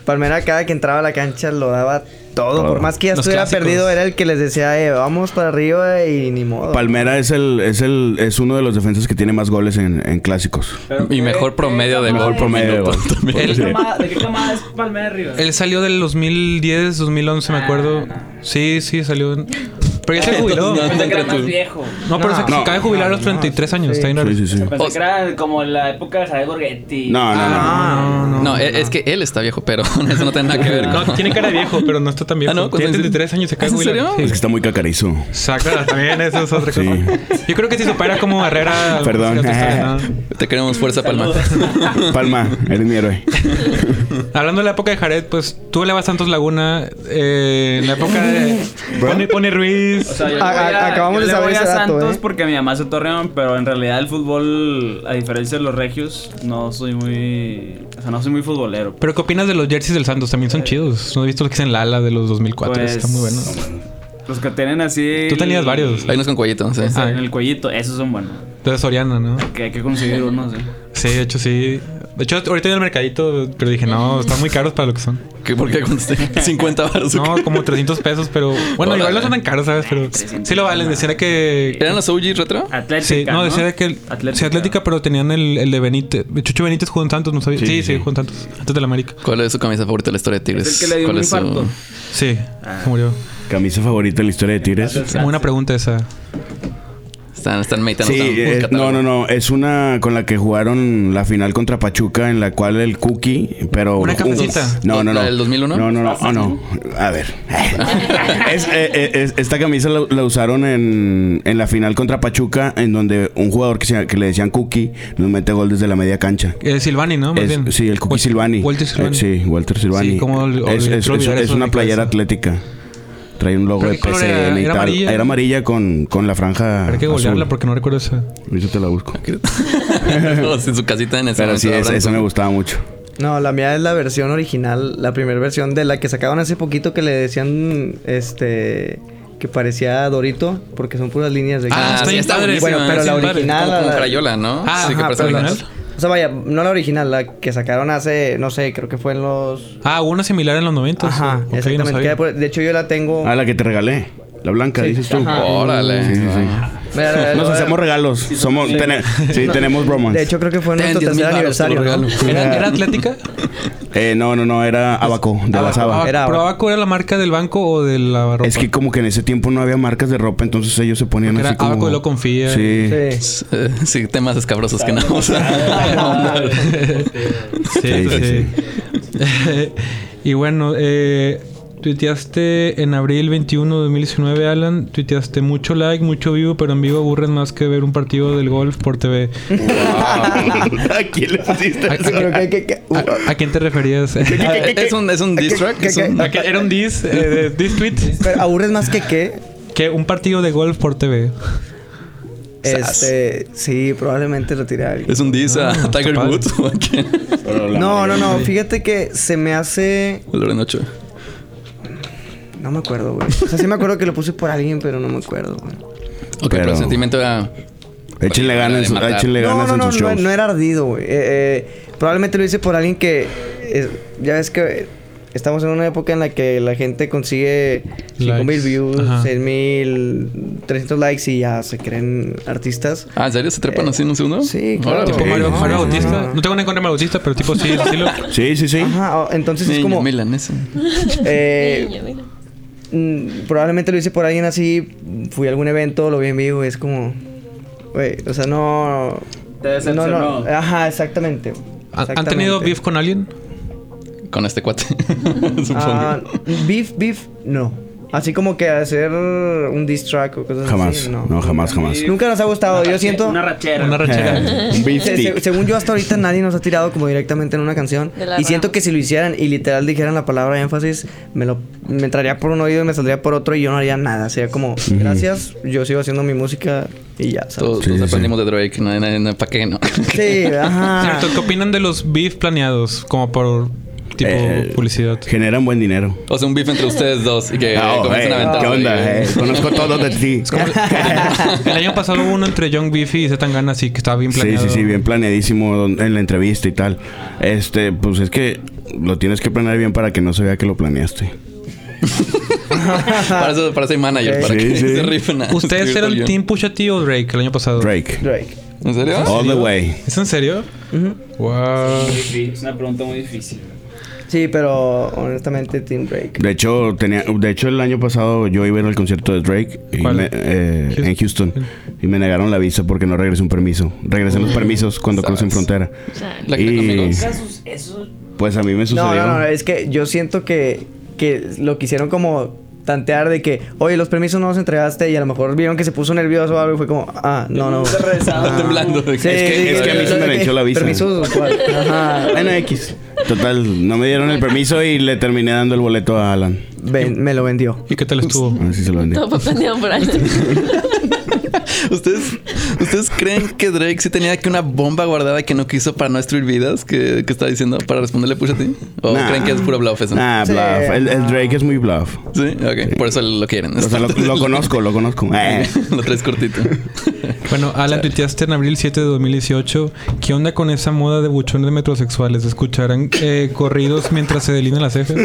Speaker 6: Palmera cada que entraba a la cancha lo daba todo.
Speaker 5: Todo.
Speaker 6: Por más que ya
Speaker 2: Los
Speaker 6: estuviera
Speaker 2: clásicos.
Speaker 6: perdido, era el que les decía, eh, vamos para arriba y ni modo.
Speaker 5: Palmera es el, es el, es uno de los defensas que tiene más goles en, en clásicos.
Speaker 7: Pero
Speaker 3: Y
Speaker 7: fue-
Speaker 3: mejor
Speaker 7: ¿qué
Speaker 3: promedio de
Speaker 7: camada
Speaker 3: gol
Speaker 7: es?
Speaker 3: por
Speaker 5: Promedio de
Speaker 3: minuto.
Speaker 5: gol.
Speaker 3: también.
Speaker 7: ¿De qué
Speaker 2: Sí.
Speaker 7: camada- ¿De qué camada es Palmera arriba?
Speaker 2: Él salió del 2010, 2011, me acuerdo. Sí, sí, salió. en- Pero ya se jubiló.
Speaker 3: No,
Speaker 7: Pensé que era
Speaker 3: entre
Speaker 7: más
Speaker 3: tú.
Speaker 7: viejo.
Speaker 2: No, pero se
Speaker 6: No,
Speaker 2: se acaba de jubilar a los
Speaker 6: no,
Speaker 2: 33 años.
Speaker 6: sí.
Speaker 2: Está bien raro.
Speaker 5: Sí, sí, sí.
Speaker 7: Pensé que era como la época de Javier Borghetti.
Speaker 5: No, no, no.
Speaker 2: Ah, No, no,
Speaker 3: No, e- es que él está viejo, pero eso no tiene nada que ver. con-
Speaker 2: No, tiene cara de viejo, pero no está tan viejo.
Speaker 3: Ah, ¿no?
Speaker 2: Tiene 33 años, se acaba de
Speaker 3: ¿Es en
Speaker 2: jubilar.
Speaker 3: serio?
Speaker 5: Es que está muy cacarizo.
Speaker 2: Saca, también eso es otra cosa.
Speaker 5: Sí.
Speaker 2: Yo creo que si supera como barrera.
Speaker 5: Perdón.
Speaker 3: Te queremos fuerza, Palma.
Speaker 5: Palma, eres mi héroe.
Speaker 2: Hablando de la época de Jared, pues tú le vas a Santos Laguna. Eh, en la época de. Pone, Pone Ruiz.
Speaker 7: O sea, yo le
Speaker 6: A-
Speaker 7: voy
Speaker 6: a-
Speaker 7: a-
Speaker 6: acabamos
Speaker 7: yo
Speaker 6: de
Speaker 7: le
Speaker 6: saber
Speaker 7: voy
Speaker 6: ese
Speaker 7: a
Speaker 6: dato,
Speaker 7: Santos
Speaker 6: ¿eh?
Speaker 7: porque mi mamá es de Torreón, pero en realidad el fútbol, a diferencia de los regios, no soy muy. O sea, no soy muy futbolero.
Speaker 2: pero ¿qué opinas de los jerseys del Santos? También son chidos. No he visto los que dicen Lala de los 2004.
Speaker 7: Pues,
Speaker 2: Está muy bueno.
Speaker 7: Los que tienen así.
Speaker 2: Tú tenías
Speaker 7: el-
Speaker 2: varios.
Speaker 3: Hay unos con cuellito, sí.
Speaker 7: ese,
Speaker 2: Ah.
Speaker 7: En el cuellito, esos son buenos.
Speaker 2: De Soriana, ¿no?
Speaker 7: Que hay que conseguir unos, ¿eh?
Speaker 2: Sí, de hecho sí. De hecho, ahorita en el mercadito, pero dije, no, están muy caros para lo que son.
Speaker 3: ¿Qué- ¿Por qué contesté? 50 baros. ¿o
Speaker 2: No,
Speaker 3: qué?
Speaker 2: como 300 pesos, pero bueno,
Speaker 3: Órale.
Speaker 2: igual no son tan caros, ¿sabes? Pero
Speaker 7: 300
Speaker 2: sí lo valen. Decía que.
Speaker 3: ¿Eran los OG retro?
Speaker 7: Atlética.
Speaker 2: Sí, no, decía que. el-
Speaker 7: Atlética.
Speaker 2: Sí, Atlética, pero tenían el, el de Benítez. Chucho Benítez jugó en Santos, no sabía. Sí, sí, jugó en Santos, antes de la América.
Speaker 3: ¿Cuál es su camisa favorita de la historia de
Speaker 2: pues,
Speaker 3: Tigres?
Speaker 7: Es el que le dio
Speaker 3: ¿Cuál
Speaker 7: un
Speaker 3: es su-
Speaker 7: infarto.
Speaker 2: Sí, se murió.
Speaker 5: Camisa favorita en la historia de Tigres.
Speaker 2: Es buena pregunta esa.
Speaker 3: Están, están meditando.
Speaker 5: Sí,
Speaker 3: están-
Speaker 5: eh,
Speaker 3: catálogo.
Speaker 5: no, no, no. Es una con la que jugaron la final contra Pachuca, en la cual el Cookie, pero.
Speaker 2: Una camisita.
Speaker 5: No, no, no.
Speaker 3: ¿La del 2001?
Speaker 5: No, no, no. Ah, no. A ver. Es, eh, eh, es- esta camisa la, la usaron en, en la final contra Pachuca, en donde un jugador que, se- que le decían Cookie nos mete gol desde la media cancha.
Speaker 2: Eh, Silvani, ¿no? Más
Speaker 5: Es-
Speaker 2: bien.
Speaker 5: sí, el Cookie
Speaker 2: Wal-
Speaker 5: Silvani.
Speaker 2: Walter Silvani.
Speaker 5: Eh, sí, Walter Silvani.
Speaker 2: Sí, cómo ol-
Speaker 5: es,
Speaker 2: ol-
Speaker 5: es-
Speaker 2: olvidar
Speaker 5: es-
Speaker 2: eso
Speaker 5: es
Speaker 2: de
Speaker 5: una
Speaker 2: mi
Speaker 5: playera
Speaker 2: cabeza.
Speaker 5: atlética. Trae un logo
Speaker 2: ¿Pero
Speaker 5: de
Speaker 2: qué color
Speaker 5: PCN
Speaker 2: era?
Speaker 5: y
Speaker 2: ¿Era
Speaker 5: tal.
Speaker 2: amarilla?
Speaker 5: Era amarilla con, con la franja.
Speaker 2: Habrá que
Speaker 5: azul.
Speaker 2: googlearla porque no recuerdo esa.
Speaker 5: Ahorita te la busco.
Speaker 3: Todos en su casita en ese
Speaker 5: Pero
Speaker 3: momento
Speaker 5: sí, esa,
Speaker 3: hablando.
Speaker 5: esa me gustaba mucho.
Speaker 6: No, la mía es la versión original, la primera versión de la que sacaron hace poquito que le decían, este, que parecía Dorito, porque son puras líneas de...
Speaker 3: Ah,
Speaker 2: está
Speaker 3: sí,
Speaker 2: bien
Speaker 3: está
Speaker 2: padre.
Speaker 3: buenísima.
Speaker 6: Bueno, pero
Speaker 3: Sí,
Speaker 6: la
Speaker 3: como-
Speaker 6: original,
Speaker 3: Como,
Speaker 6: la-
Speaker 3: con Crayola, ¿no?
Speaker 2: Ah,
Speaker 3: sí, que
Speaker 6: Ajá,
Speaker 3: parece
Speaker 6: pero la-
Speaker 3: original.
Speaker 6: O sea, vaya, no la original, la que sacaron hace, no sé, creo que fue en los...
Speaker 2: Ah, hubo una similar en los 90.
Speaker 6: Ajá,
Speaker 2: Ok, no
Speaker 6: exactamente. que
Speaker 2: sabía.
Speaker 6: era por- de hecho, yo la tengo...
Speaker 5: Ah, la que te regalé. La blanca, dices tú.
Speaker 6: ajá.
Speaker 3: Órale.
Speaker 5: Sí, sí, sí.
Speaker 6: Mira, mira,
Speaker 5: Nos
Speaker 6: mira,
Speaker 5: hacemos regalos. Somos, tene- Ah. sí, tenemos romance.
Speaker 6: De hecho, creo que fue
Speaker 3: Ten
Speaker 6: nuestro
Speaker 3: 10,000
Speaker 6: tercer
Speaker 3: varos, te lo
Speaker 6: aniversario. ¿no?
Speaker 3: regalo.
Speaker 2: ¿Era, era Atlética?
Speaker 5: Eh, no, no, no, era Abaco, de la Saba.
Speaker 6: Era-
Speaker 2: ¿Pero Abaco era la marca del banco o de la ropa?
Speaker 5: Es que como que en ese tiempo no había marcas de ropa, entonces ellos se ponían
Speaker 2: Porque
Speaker 5: así
Speaker 2: era
Speaker 5: como...
Speaker 2: Abaco y luego Confía.
Speaker 5: Sí.
Speaker 6: Sí.
Speaker 3: Eh, Sí, temas escabrosos que no vamos a-
Speaker 2: Sí,
Speaker 5: Sí,
Speaker 2: sí,
Speaker 5: sí,
Speaker 2: sí. y bueno, eh, tuiteaste en abril 21 de 2019, Alan. Tuiteaste mucho like, mucho vivo, pero en vivo aburren más que ver un partido del golf por TV.
Speaker 5: ¿A quién le pusiste
Speaker 2: ¿A,
Speaker 5: eso?
Speaker 6: Creo que- que- que-
Speaker 2: a- a- a quién te referías?
Speaker 3: Ah, Es un, es un diss track.
Speaker 6: que-
Speaker 3: es un-
Speaker 2: ¿A qué- Era un dis, eh, de- dis tweet.
Speaker 6: Pero aburres más que qué.
Speaker 2: Que un partido de golf por TV.
Speaker 6: Este, sí, probablemente retiré a alguien.
Speaker 3: Es un diss a Tiger
Speaker 2: padre.
Speaker 3: Woods. ¿o a quién?
Speaker 6: No, no, no. Fíjate que se me hace.
Speaker 3: O Lorena Ochoa.
Speaker 6: No me acuerdo, güey. O sea, sí me acuerdo que lo puse por alguien, pero no me acuerdo, güey.
Speaker 3: Ok, pero,
Speaker 5: Pero-
Speaker 3: el sentimiento ah, era.
Speaker 5: Échenle
Speaker 3: Para
Speaker 5: ganas,
Speaker 3: de matar.
Speaker 5: échenle
Speaker 6: No,
Speaker 5: ganas
Speaker 6: no,
Speaker 5: en
Speaker 6: no,
Speaker 5: sus
Speaker 6: no,
Speaker 5: shows.
Speaker 6: no era ardido, güey. Eh, eh, probablemente lo hice por alguien que. eh, ya ves que eh, estamos en una época en la que la gente consigue 5000
Speaker 2: Likes.
Speaker 6: views,
Speaker 2: Ajá.
Speaker 6: 6000, 300 likes y ya se creen artistas.
Speaker 3: Ah, ¿en serio? ¿Se trepan así en un segundo?
Speaker 6: sí, claro.
Speaker 3: Órale.
Speaker 2: Tipo
Speaker 5: Sí,
Speaker 2: Mario,
Speaker 5: sí,
Speaker 2: Mario
Speaker 5: sí.
Speaker 2: Bautista. No tengo nada en contra de Mario Bautista, pero tipo sí, sí lo...
Speaker 5: Sí, sí, sí.
Speaker 6: Ajá, o- entonces es
Speaker 3: Niño
Speaker 6: como.
Speaker 3: milanesa.
Speaker 6: eh,
Speaker 8: Niña, mira.
Speaker 6: Mm, probablemente lo hice por alguien así, fui a algún evento, lo vi en vivo y es como, güey, o sea, no...
Speaker 7: Te decepcionó.
Speaker 6: No, no, ajá, exactamente.
Speaker 2: ¿Han- ¿Han tenido beef con alguien?
Speaker 3: Con este cuate. Supongo.
Speaker 6: Ah, beef, beef, no. Así como que hacer un diss track o cosas
Speaker 5: Jamás.
Speaker 6: así.
Speaker 5: No, jamás, jamás.
Speaker 6: Nunca nos ha gustado, yo
Speaker 7: Rache-
Speaker 6: siento...
Speaker 7: Una rachera.
Speaker 2: Una rachera.
Speaker 5: Un beef
Speaker 6: se- se-
Speaker 5: stick.
Speaker 6: según yo hasta ahorita nadie nos ha tirado como directamente en una canción
Speaker 4: De la
Speaker 6: y siento
Speaker 4: rama.
Speaker 6: que si lo hicieran y literal dijeran la palabra énfasis me lo me entraría por un oído y me saldría por otro y yo no haría nada sería como gracias yo sigo haciendo mi música Y ya, ¿sabes?
Speaker 3: Todos,
Speaker 5: Sí,
Speaker 3: todos
Speaker 5: sí,
Speaker 3: aprendimos de Drake. No, no, no, ¿Para qué no?
Speaker 6: Sí,
Speaker 5: Ah.
Speaker 6: ajá.
Speaker 2: Cierto, ¿qué opinan de los beef planeados? Como por tipo
Speaker 5: Eh,
Speaker 2: publicidad.
Speaker 5: Generan buen dinero.
Speaker 3: O sea, un beef entre ustedes dos y que eh,
Speaker 5: Ah, oh,
Speaker 3: comiencen a
Speaker 5: eh,
Speaker 3: aventar.
Speaker 5: ¿Qué onda? Eh, conozco todo de ti.
Speaker 2: El año pasado hubo uno entre Young Beef y Zetangana, así que estaba bien
Speaker 5: Sí,
Speaker 2: planeado.
Speaker 5: sí, sí, bien planeadísimo don- en la entrevista y tal. Este, pues es que lo tienes que planear bien para que no se vea que lo planeaste.
Speaker 3: para eso, para eso hay manager, para
Speaker 5: Sí,
Speaker 3: que
Speaker 5: sí.
Speaker 3: se rifen. a
Speaker 2: ¿Ustedes
Speaker 3: escribir todo
Speaker 2: eran
Speaker 3: el
Speaker 2: Team Pusha T o Drake el año pasado?
Speaker 5: Drake.
Speaker 6: Drake.
Speaker 3: guión. ¿En serio?
Speaker 5: All the way.
Speaker 2: ¿Es en serio? Wow.
Speaker 7: Es una pregunta muy difícil.
Speaker 6: Sí, pero honestamente Team Drake.
Speaker 5: De hecho, tenía, de hecho, el año pasado yo iba a ir al concierto de Drake y
Speaker 2: ¿Cuál?
Speaker 5: me- eh, en Houston y me negaron la visa porque no regresé un permiso. Regresé los permisos cuando
Speaker 3: Sabes.
Speaker 5: crucen frontera.
Speaker 3: La que
Speaker 5: Y-
Speaker 3: conmigo.
Speaker 5: Pues a mí me
Speaker 6: No,
Speaker 5: sucedió.
Speaker 6: no, no, es que yo siento que, que lo quisieron como tantear de que, oye, los permisos no los entregaste y a lo mejor vieron que se puso nervioso o algo y fue como, ah, no, no.
Speaker 7: Está regresado.
Speaker 6: Ah.
Speaker 3: temblando.
Speaker 6: Sí,
Speaker 3: Es que-
Speaker 6: sí,
Speaker 5: es que a mí se me
Speaker 6: de
Speaker 5: venció
Speaker 6: que,
Speaker 5: la visa.
Speaker 6: Permisos, ¿cuál? Ajá.
Speaker 5: Bueno, X. Total, no me dieron el permiso y le terminé dando el boleto a Alan.
Speaker 6: Ven, me lo vendió.
Speaker 2: ¿Y qué tal estuvo?
Speaker 5: Así se lo vendí.
Speaker 8: Todo fue planeado por alguien.
Speaker 3: ¿Ustedes, ¿Ustedes creen que Drake sí tenía que una bomba guardada que no quiso para no destruir vidas? Que, que está diciendo para responderle Pusha T? ¿O
Speaker 5: Nah.
Speaker 3: creen que es pura bluff eso?
Speaker 5: Ah,
Speaker 6: Sí,
Speaker 5: bluff. El, el
Speaker 6: no.
Speaker 5: Drake es muy bluff.
Speaker 3: Sí, ok. Por eso lo quieren.
Speaker 5: O sea, lo, lo conozco, lo conozco. Eh.
Speaker 3: lo traes cortito.
Speaker 2: Bueno, Alan, tuiteaste en abril 7 de 2018. ¿Qué onda con esa moda de buchones metrosexuales? ¿Escucharán eh, corridos mientras se delinean las cejas?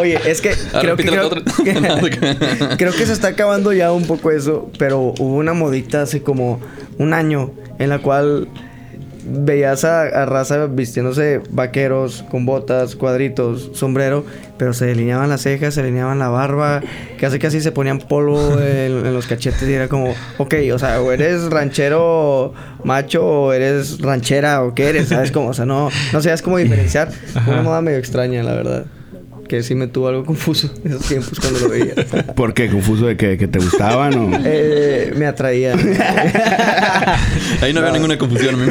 Speaker 6: Oye, es que
Speaker 3: Ah,
Speaker 6: creo que, creo,
Speaker 3: repítelo otro. No, ok.
Speaker 6: creo que se está acabando ya un poco eso, pero hubo una modita hace como un año en la cual veías a, a raza vistiéndose vaqueros con botas, cuadritos, sombrero, pero se delineaban las cejas, se delineaban la barba, casi casi se ponían polvo en, en los cachetes y era como, ok, o sea, o eres ranchero macho o eres ranchera o qué eres, ¿sabes? Como, o sea, no, no sabías cómo diferenciar. Fue
Speaker 2: Ajá.
Speaker 6: Una moda medio extraña, la verdad. Que sí me tuvo algo confuso en esos tiempos cuando lo veía.
Speaker 5: ¿Por qué? ¿Confuso de que, que te gustaban o...?
Speaker 6: Eh, me atraía.
Speaker 3: Ahí no, había ninguna confusión. mi-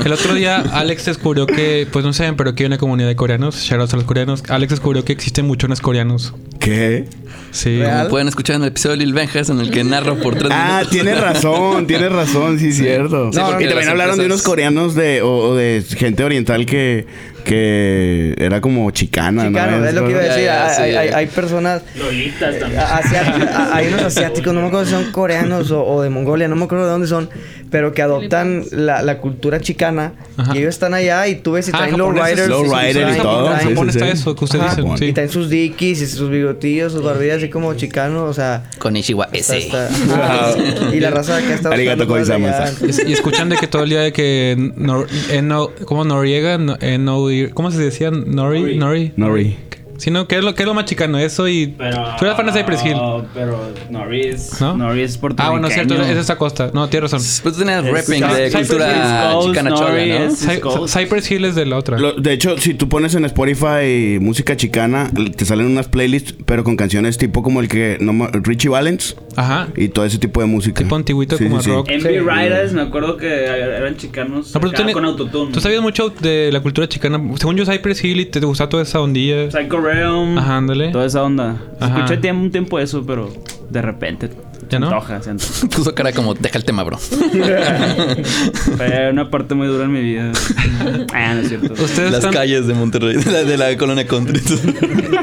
Speaker 2: El otro día Alex descubrió que, pues no saben, pero que hay una comunidad de coreanos, shoutouts a los coreanos. Alex descubrió que existen buchones coreanos.
Speaker 5: ¿Qué?
Speaker 2: Sí.
Speaker 6: Real.
Speaker 3: Pueden escuchar en el episodio de Lil Benjas en el que narro por tres
Speaker 5: Ah,
Speaker 3: minutos.
Speaker 5: tienes razón, tienes razón, sí, cierto.
Speaker 3: Sí, porque
Speaker 5: y
Speaker 3: las
Speaker 5: también hablaron de
Speaker 3: empresas-
Speaker 5: unos coreanos de, o, o de gente oriental que, que era como chicana, ¿no?
Speaker 6: Chicano, es lo que iba a
Speaker 3: Ya,
Speaker 6: decir.
Speaker 3: ya,
Speaker 6: hay,
Speaker 3: sí,
Speaker 6: hay-
Speaker 3: ya.
Speaker 6: hay personas
Speaker 7: Lolitas también.
Speaker 6: asiáticas, hay unos asiáticos, no me acuerdo si son coreanos o, o de Mongolia, no me acuerdo de dónde son, pero que adoptan la, la cultura chicana
Speaker 2: Ajá.
Speaker 6: y ellos están allá y tú ves y
Speaker 2: Ah,
Speaker 6: traen low
Speaker 2: japoneses,
Speaker 6: riders,
Speaker 5: Low
Speaker 6: y sus-
Speaker 5: rider y
Speaker 6: traen-
Speaker 5: todo,
Speaker 2: En
Speaker 6: traen-
Speaker 5: sí,
Speaker 2: Japón
Speaker 5: sí,
Speaker 2: está
Speaker 5: sí.
Speaker 2: eso que ustedes
Speaker 6: Ajá.
Speaker 2: dicen.
Speaker 6: Ah, Y
Speaker 2: Sí.
Speaker 6: traen sus dikis y sus bigotillos, sus barbillas así como chicanos, o sea,
Speaker 3: Con Ishiwa
Speaker 6: está-
Speaker 3: ese.
Speaker 6: está- ajá. y la raza que está
Speaker 5: Arigato gozaimasa.
Speaker 2: Es- Y escuchan de que todo el día de que Nor- eh, no- ¿cómo Noriega, no, eh, no- ¿cómo se decía? Nori, Nori.
Speaker 5: Nori.
Speaker 2: Sí, no, ¿qué es lo, qué es lo más chicano? Eso y
Speaker 7: Pero, uh,
Speaker 2: tú eres fan de Cypress Hill,
Speaker 7: Pero Norris.
Speaker 2: ¿no?
Speaker 7: Norris es
Speaker 2: Ah, bueno, cierto,
Speaker 7: puertorriqueño.
Speaker 2: esa es Acosta. No, tienes razón.
Speaker 3: Pues tú tenías rapping
Speaker 7: Cy-
Speaker 3: de
Speaker 7: Cypress
Speaker 3: cultura
Speaker 7: Hills,
Speaker 3: chicana
Speaker 7: Ghost,
Speaker 3: chola,
Speaker 7: Nori,
Speaker 3: ¿no?
Speaker 7: es-
Speaker 2: Cy-
Speaker 7: Gold.
Speaker 2: Cypress Hill es de la otra.
Speaker 5: Lo- de hecho, si tú pones en Spotify música chicana, te salen unas playlists, pero con canciones tipo como el que... No, ma- Richie Valens
Speaker 2: Ajá.
Speaker 5: y todo ese tipo de música.
Speaker 2: Tipo antiguito como rock.
Speaker 7: MV Riders, me acuerdo que eran chicanos
Speaker 2: No, pero tú,
Speaker 7: acá
Speaker 2: tienes-
Speaker 7: con autotune.
Speaker 2: tú sabías mucho de la cultura chicana. Según yo, Cypress Hill y te gustaba toda esa ondilla.
Speaker 7: Psycho Realm.
Speaker 2: Ajá, ándale.
Speaker 7: Toda esa onda.
Speaker 2: Ajá.
Speaker 7: Escuché tiempo, un tiempo eso, pero de repente.
Speaker 2: ¿Ya
Speaker 7: se
Speaker 2: no?
Speaker 7: Antoja, se antoja.
Speaker 3: Puso cara como, deja el tema, bro.
Speaker 7: Fue una parte muy dura en mi vida. ah, no es cierto.
Speaker 2: Ustedes
Speaker 3: Las
Speaker 2: están,
Speaker 3: calles de Monterrey, de la, de la colonia country.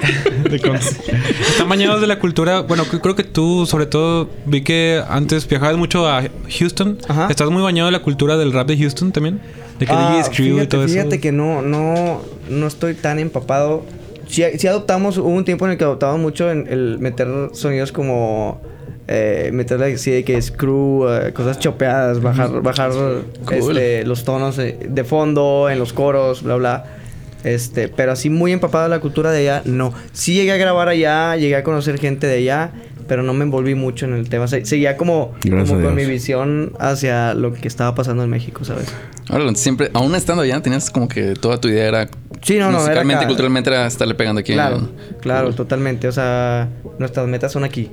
Speaker 2: están bañados de la cultura. Bueno, que- creo que tú, sobre todo, vi que antes viajabas mucho a Houston.
Speaker 6: Ajá.
Speaker 2: Estás muy bañado de la cultura del rap de Houston también. De que
Speaker 6: Ah,
Speaker 2: DJ Screw
Speaker 6: fíjate,
Speaker 2: y todo
Speaker 6: fíjate
Speaker 2: eso.
Speaker 6: que no, no, no estoy tan empapado. Si adoptamos, hubo un tiempo en el que adoptamos mucho en el meter sonidos como eh, meterle así de que screw, eh, cosas chopeadas, bajar, bajar este, los tonos eh, de fondo, en los coros, bla bla. Este, pero así muy empapado de la cultura de allá, no. Sí llegué a grabar allá, llegué a conocer gente de allá, pero no me envolví mucho en el tema. Se- Seguía como, como
Speaker 5: Gracias a
Speaker 6: con mi
Speaker 5: Dios.
Speaker 6: visión hacia lo que estaba pasando en México, ¿sabes?
Speaker 3: Ahora, siempre, aún estando allá, tenías como que toda tu idea era.
Speaker 6: Sí, no, no, era
Speaker 3: Musicalmente,
Speaker 6: acá.
Speaker 3: culturalmente, era estarle pegando aquí.
Speaker 6: Claro,
Speaker 3: ¿no?
Speaker 6: claro,
Speaker 3: Cool.
Speaker 6: totalmente. O sea, nuestras metas son aquí.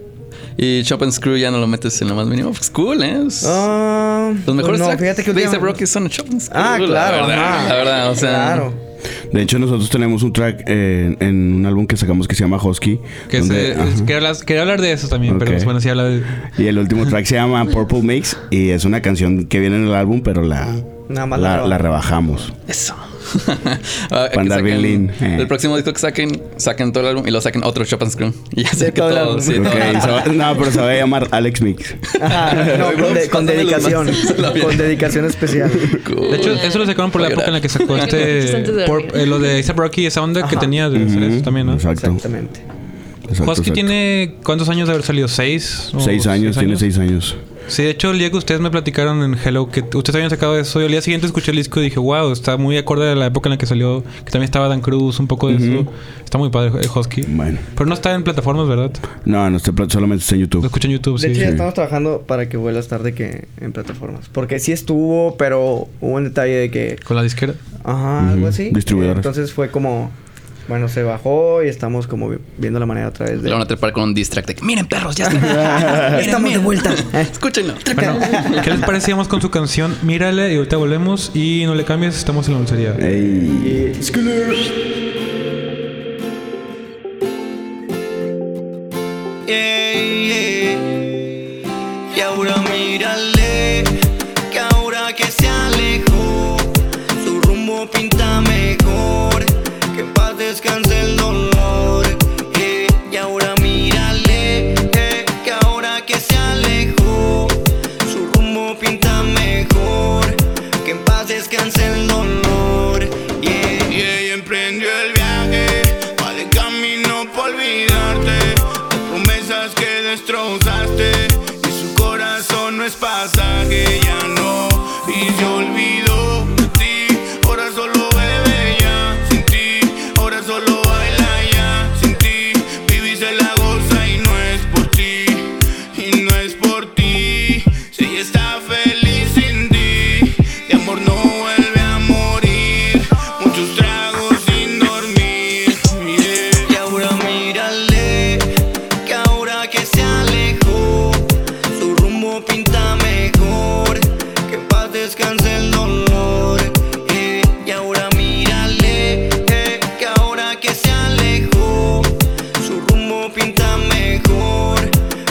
Speaker 3: Y Chop and Screw ya no lo metes en lo más mínimo. Pues cool, ¿eh? Es-
Speaker 6: Ah, pues
Speaker 3: Los mejores
Speaker 6: no,
Speaker 3: tracks
Speaker 6: fíjate que
Speaker 3: de A$AP
Speaker 6: últimamente-
Speaker 3: Rocky son Chop and Screw.
Speaker 6: Ah, claro,
Speaker 3: La verdad,
Speaker 6: ajá.
Speaker 3: la verdad, o sea.
Speaker 6: Claro.
Speaker 5: De hecho, nosotros tenemos un track eh, en un álbum que sacamos que se llama Hosky.
Speaker 2: Que
Speaker 5: donde-
Speaker 2: se-
Speaker 5: ajá.
Speaker 2: es- quería, hablar, quería hablar de eso también,
Speaker 5: Ok.
Speaker 2: pero pues, bueno, sí habla de...
Speaker 5: Y el último track se llama Purple Mix y es una canción que viene en el álbum, pero la,
Speaker 6: Nada más
Speaker 5: la,
Speaker 6: la-
Speaker 5: la rebajamos.
Speaker 3: Eso. Ah, que
Speaker 5: andar bien
Speaker 3: saquen-
Speaker 5: lean, eh.
Speaker 3: El próximo disco que saquen, saquen todo el álbum y lo saquen otro Chop and Screw. Y ya sé que
Speaker 6: todo el
Speaker 3: todo.
Speaker 6: álbum.
Speaker 3: sí, todo
Speaker 5: Ok,
Speaker 3: el álbum.
Speaker 5: se va- no, pero se va a llamar Alex Mix.
Speaker 6: Ajá, no, con, de- con dedicación. con dedicación especial.
Speaker 3: Cool.
Speaker 2: De hecho, eso lo sacaron por la
Speaker 3: Voy a
Speaker 2: época en la que sacó
Speaker 4: Porque lo escuchaste
Speaker 2: este...
Speaker 4: antes de
Speaker 2: por-
Speaker 4: dormir.
Speaker 2: eh, lo de A$AP Rocky, esa onda que
Speaker 6: Ajá.
Speaker 2: tenía de hacer eso también, ¿no?
Speaker 5: Exacto.
Speaker 6: Exactamente.
Speaker 5: exacto,
Speaker 2: Husky
Speaker 5: exacto.
Speaker 2: tiene cuántos años de haber salido, seis. o
Speaker 5: seis años, tiene seis años.
Speaker 2: Sí, de hecho el día que ustedes me platicaron en Hello que ustedes habían sacado eso, yo al día siguiente escuché el disco y dije, wow, está muy acorde a la época en la que salió, que también estaba Dan Cruz, un poco de eso. Está muy padre el Husky.
Speaker 5: Bueno.
Speaker 2: Pero no está en plataformas, ¿verdad?
Speaker 5: No, no, este plato solamente está en
Speaker 2: Lo
Speaker 5: YouTube.
Speaker 2: escucho en YouTube,
Speaker 6: De
Speaker 2: Pues sí.
Speaker 6: hecho, ya estamos trabajando para que vuelvas tarde que en plataformas. Porque sí estuvo, pero hubo un detalle de que.
Speaker 2: Con la disquera.
Speaker 6: Ajá,
Speaker 5: Ujú,
Speaker 6: algo así.
Speaker 5: distribuidores.
Speaker 6: Entonces fue como. Bueno, se bajó y estamos como vi- viendo la manera otra vez
Speaker 3: Le van a
Speaker 6: de.
Speaker 3: trepar con un distract. de que, Miren, perros, ya está.
Speaker 6: Estamos de vuelta.
Speaker 3: Escúchenlo. trepen".
Speaker 2: Bueno, ¿qué les parece? Vamos con su canción Mírale y ahorita volvemos y no le cambies, estamos en la dulcería.
Speaker 5: Ey.
Speaker 1: Ey, ey. Y ahora mírale, que ahora que se alejó, su rumbo pinta mejor, que en paz descanse el dolor. Ey, y ahora mírale, eh, que ahora que se alejó, su rumbo pinta mejor, que en paz descanse el dolor. eh. Yeah. Y ella emprendió el viaje, para el camino por olvidarte. Las promesas que destrozaste y su corazón no es pasaje ya no y se olvidó de ti ahora solo bebe ya sin ti ahora solo baila ya sin ti vivís en la goza y no es por ti y no es por ti si ella está feliz sin ti de amor no vuelve a morir muchos tragos sin dormir yeah. y ahora mírale que ahora que se alejó, su rumbo pinta mejor, que en paz descanse el dolor. eh. y ahora mírale, eh, que ahora que se alejó, su rumbo pinta mejor,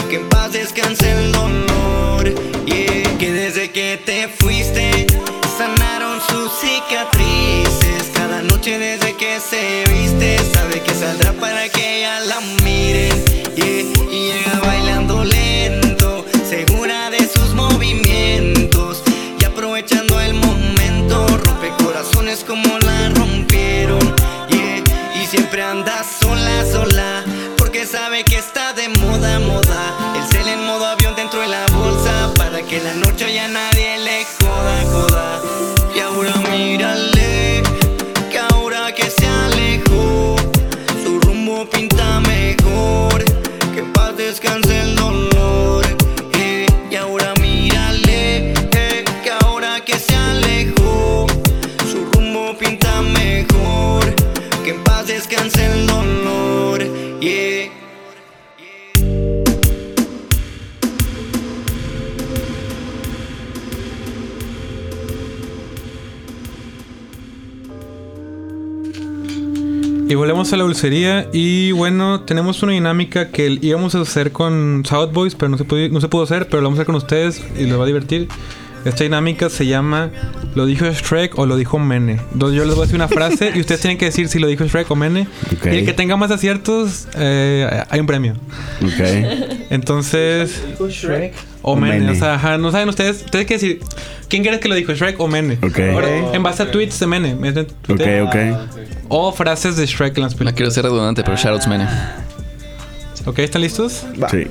Speaker 1: que en paz descanse el dolor. yeah. que desde que te fuiste, sanaron sus cicatrices. Cada noche desde que se viste, sabe que saldrá para que ella la mire. yeah. Y llega bailando lento, segura de sus movimientos. Y aprovechando el momento, rompe corazones como la rompieron. yeah. Y siempre anda sola, sola, porque sabe que está de moda, moda. El cel en modo avión dentro de la bolsa, para que la noche ya nadie le joda, joda. Y ahora mírale, que ahora que se alejó, su rumbo pinta mejor, que en paz descanse el dolor. eh. y ahora mírale, eh, que ahora que se alejó, su rumbo pinta mejor, que en paz descanse el dolor. eh. yeah.
Speaker 2: Y volvemos a la dulcería y bueno, tenemos una dinámica que el- íbamos a hacer con South Boys, pero no se, pudo, no se pudo hacer, pero lo vamos a hacer con ustedes y les va a divertir. Esta dinámica se llama ¿Lo dijo Shrek o lo dijo Mene? Entonces yo les voy a decir una frase y ustedes tienen que decir si lo dijo Shrek o Mene.
Speaker 5: Ok.
Speaker 2: Y el que tenga más aciertos, eh, hay un premio.
Speaker 5: Ok.
Speaker 2: Entonces... O
Speaker 5: O
Speaker 2: Mene,
Speaker 5: Mene.
Speaker 2: o sea, ajá, no saben ustedes, ustedes que decir, ¿quién crees que lo dijo, Shrek o Mene?
Speaker 5: Ok.
Speaker 2: Ahora, en base a tweets de Mene, ¿me entienden?
Speaker 5: Ok, ok.
Speaker 2: o frases de Shrek en las
Speaker 3: No
Speaker 2: películas.
Speaker 3: quiero ser redundante, pero shoutouts, man.
Speaker 2: Ok, ¿están listos?
Speaker 6: Va.
Speaker 5: Sí,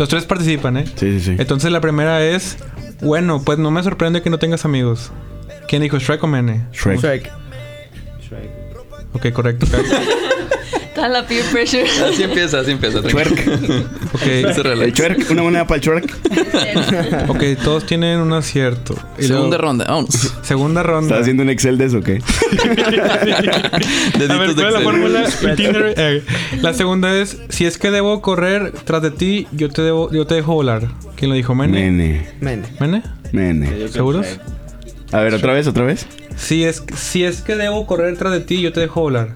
Speaker 2: Los tres participan, ¿eh?
Speaker 5: sí, sí. sí.
Speaker 2: Entonces la primera es, bueno, pues no me sorprende que no tengas amigos. ¿Quién dijo Shrek o Mene?
Speaker 5: Shrek.
Speaker 6: Shrek.
Speaker 2: Ok, correcto. Carlos.
Speaker 8: Está la peer pressure.
Speaker 3: Así empieza, así empieza.
Speaker 2: Ok,
Speaker 5: El
Speaker 3: Chuerk.
Speaker 5: Shrek, una moneda para el Shrek.
Speaker 2: ok, todos tienen un acierto. Y luego-
Speaker 3: Segunda ronda. Vámonos.
Speaker 2: Segunda ronda.
Speaker 5: ¿Estás haciendo un Excel de eso o qué?
Speaker 2: A ver, ¿cuál es
Speaker 3: Deditos de
Speaker 2: la
Speaker 3: Excel.
Speaker 2: fórmula? Tinder, eh, la segunda es, si es que debo correr tras de ti, yo te debo, yo te dejo volar. ¿Quién lo dijo, Mene?
Speaker 5: Nene,
Speaker 6: Men.
Speaker 2: ¿Mene?
Speaker 5: nene.
Speaker 2: ¿Seguros?
Speaker 5: A ver, otra vez, otra vez.
Speaker 2: Si es, si es que debo correr detrás de ti, yo te dejo volar.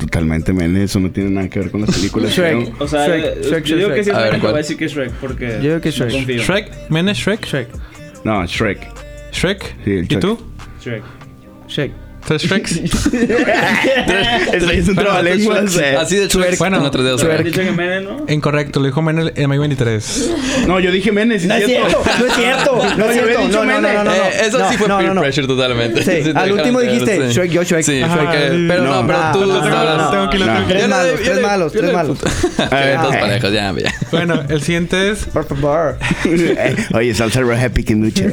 Speaker 5: Totalmente, men. Eso no tiene nada que ver con las películas.
Speaker 6: Shrek.
Speaker 5: creo.
Speaker 7: O sea,
Speaker 6: Shrek,
Speaker 7: eh,
Speaker 6: Shrek,
Speaker 7: yo digo
Speaker 6: Shrek.
Speaker 7: que sí es
Speaker 3: A ver,
Speaker 7: Shrek, voy
Speaker 3: ¿cuál?
Speaker 7: a decir que es Shrek porque
Speaker 6: Yo digo que es
Speaker 7: no
Speaker 6: Shrek.
Speaker 7: confío.
Speaker 2: Shrek, men es Shrek.
Speaker 6: Shrek.
Speaker 5: No, Shrek.
Speaker 2: Shrek.
Speaker 5: Sí, el
Speaker 2: ¿Y
Speaker 5: Shrek.
Speaker 2: tú?
Speaker 7: Shrek.
Speaker 6: Shrek.
Speaker 2: ¿Tres Shreks?
Speaker 5: Eso es un
Speaker 2: Bueno,
Speaker 5: trabalenguas. eh.
Speaker 3: Así de twerk
Speaker 2: Bueno,
Speaker 3: bueno, con otros dedos.
Speaker 7: Habían dicho que Mene, ¿no?
Speaker 2: Incorrecto, lo dijo Menel en May 23.
Speaker 5: No, yo dije Menes.
Speaker 6: No es cierto, no es cierto, no
Speaker 5: yo
Speaker 6: es
Speaker 5: había
Speaker 6: cierto. No,
Speaker 5: dicho
Speaker 6: no, no,
Speaker 5: Mene.
Speaker 6: no, no.
Speaker 3: Eh, eso
Speaker 6: no,
Speaker 3: sí fue
Speaker 6: no,
Speaker 3: peer
Speaker 6: no, no.
Speaker 3: pressure totalmente.
Speaker 6: Sí,
Speaker 3: te
Speaker 6: al
Speaker 3: dejaron
Speaker 6: último
Speaker 3: caer,
Speaker 6: dijiste,
Speaker 3: sí.
Speaker 6: Shrek, yo, Shrek.
Speaker 3: Sí,
Speaker 6: Ajá.
Speaker 3: Shrek, eh, pero
Speaker 5: No,
Speaker 3: no, pero
Speaker 5: no,
Speaker 3: tú
Speaker 6: no, no,
Speaker 3: estabas-
Speaker 6: no,
Speaker 2: Tengo que ir a-
Speaker 5: no.
Speaker 2: tengo que ir
Speaker 6: Tres
Speaker 2: a-
Speaker 6: malos, tres malos, tres malos.
Speaker 5: A ver,
Speaker 3: Dos
Speaker 5: eh,
Speaker 3: parejas, ya, ya.
Speaker 2: Bueno, el siguiente es.
Speaker 6: Por favor.
Speaker 5: eh, Oye, salsa re happy que mucho.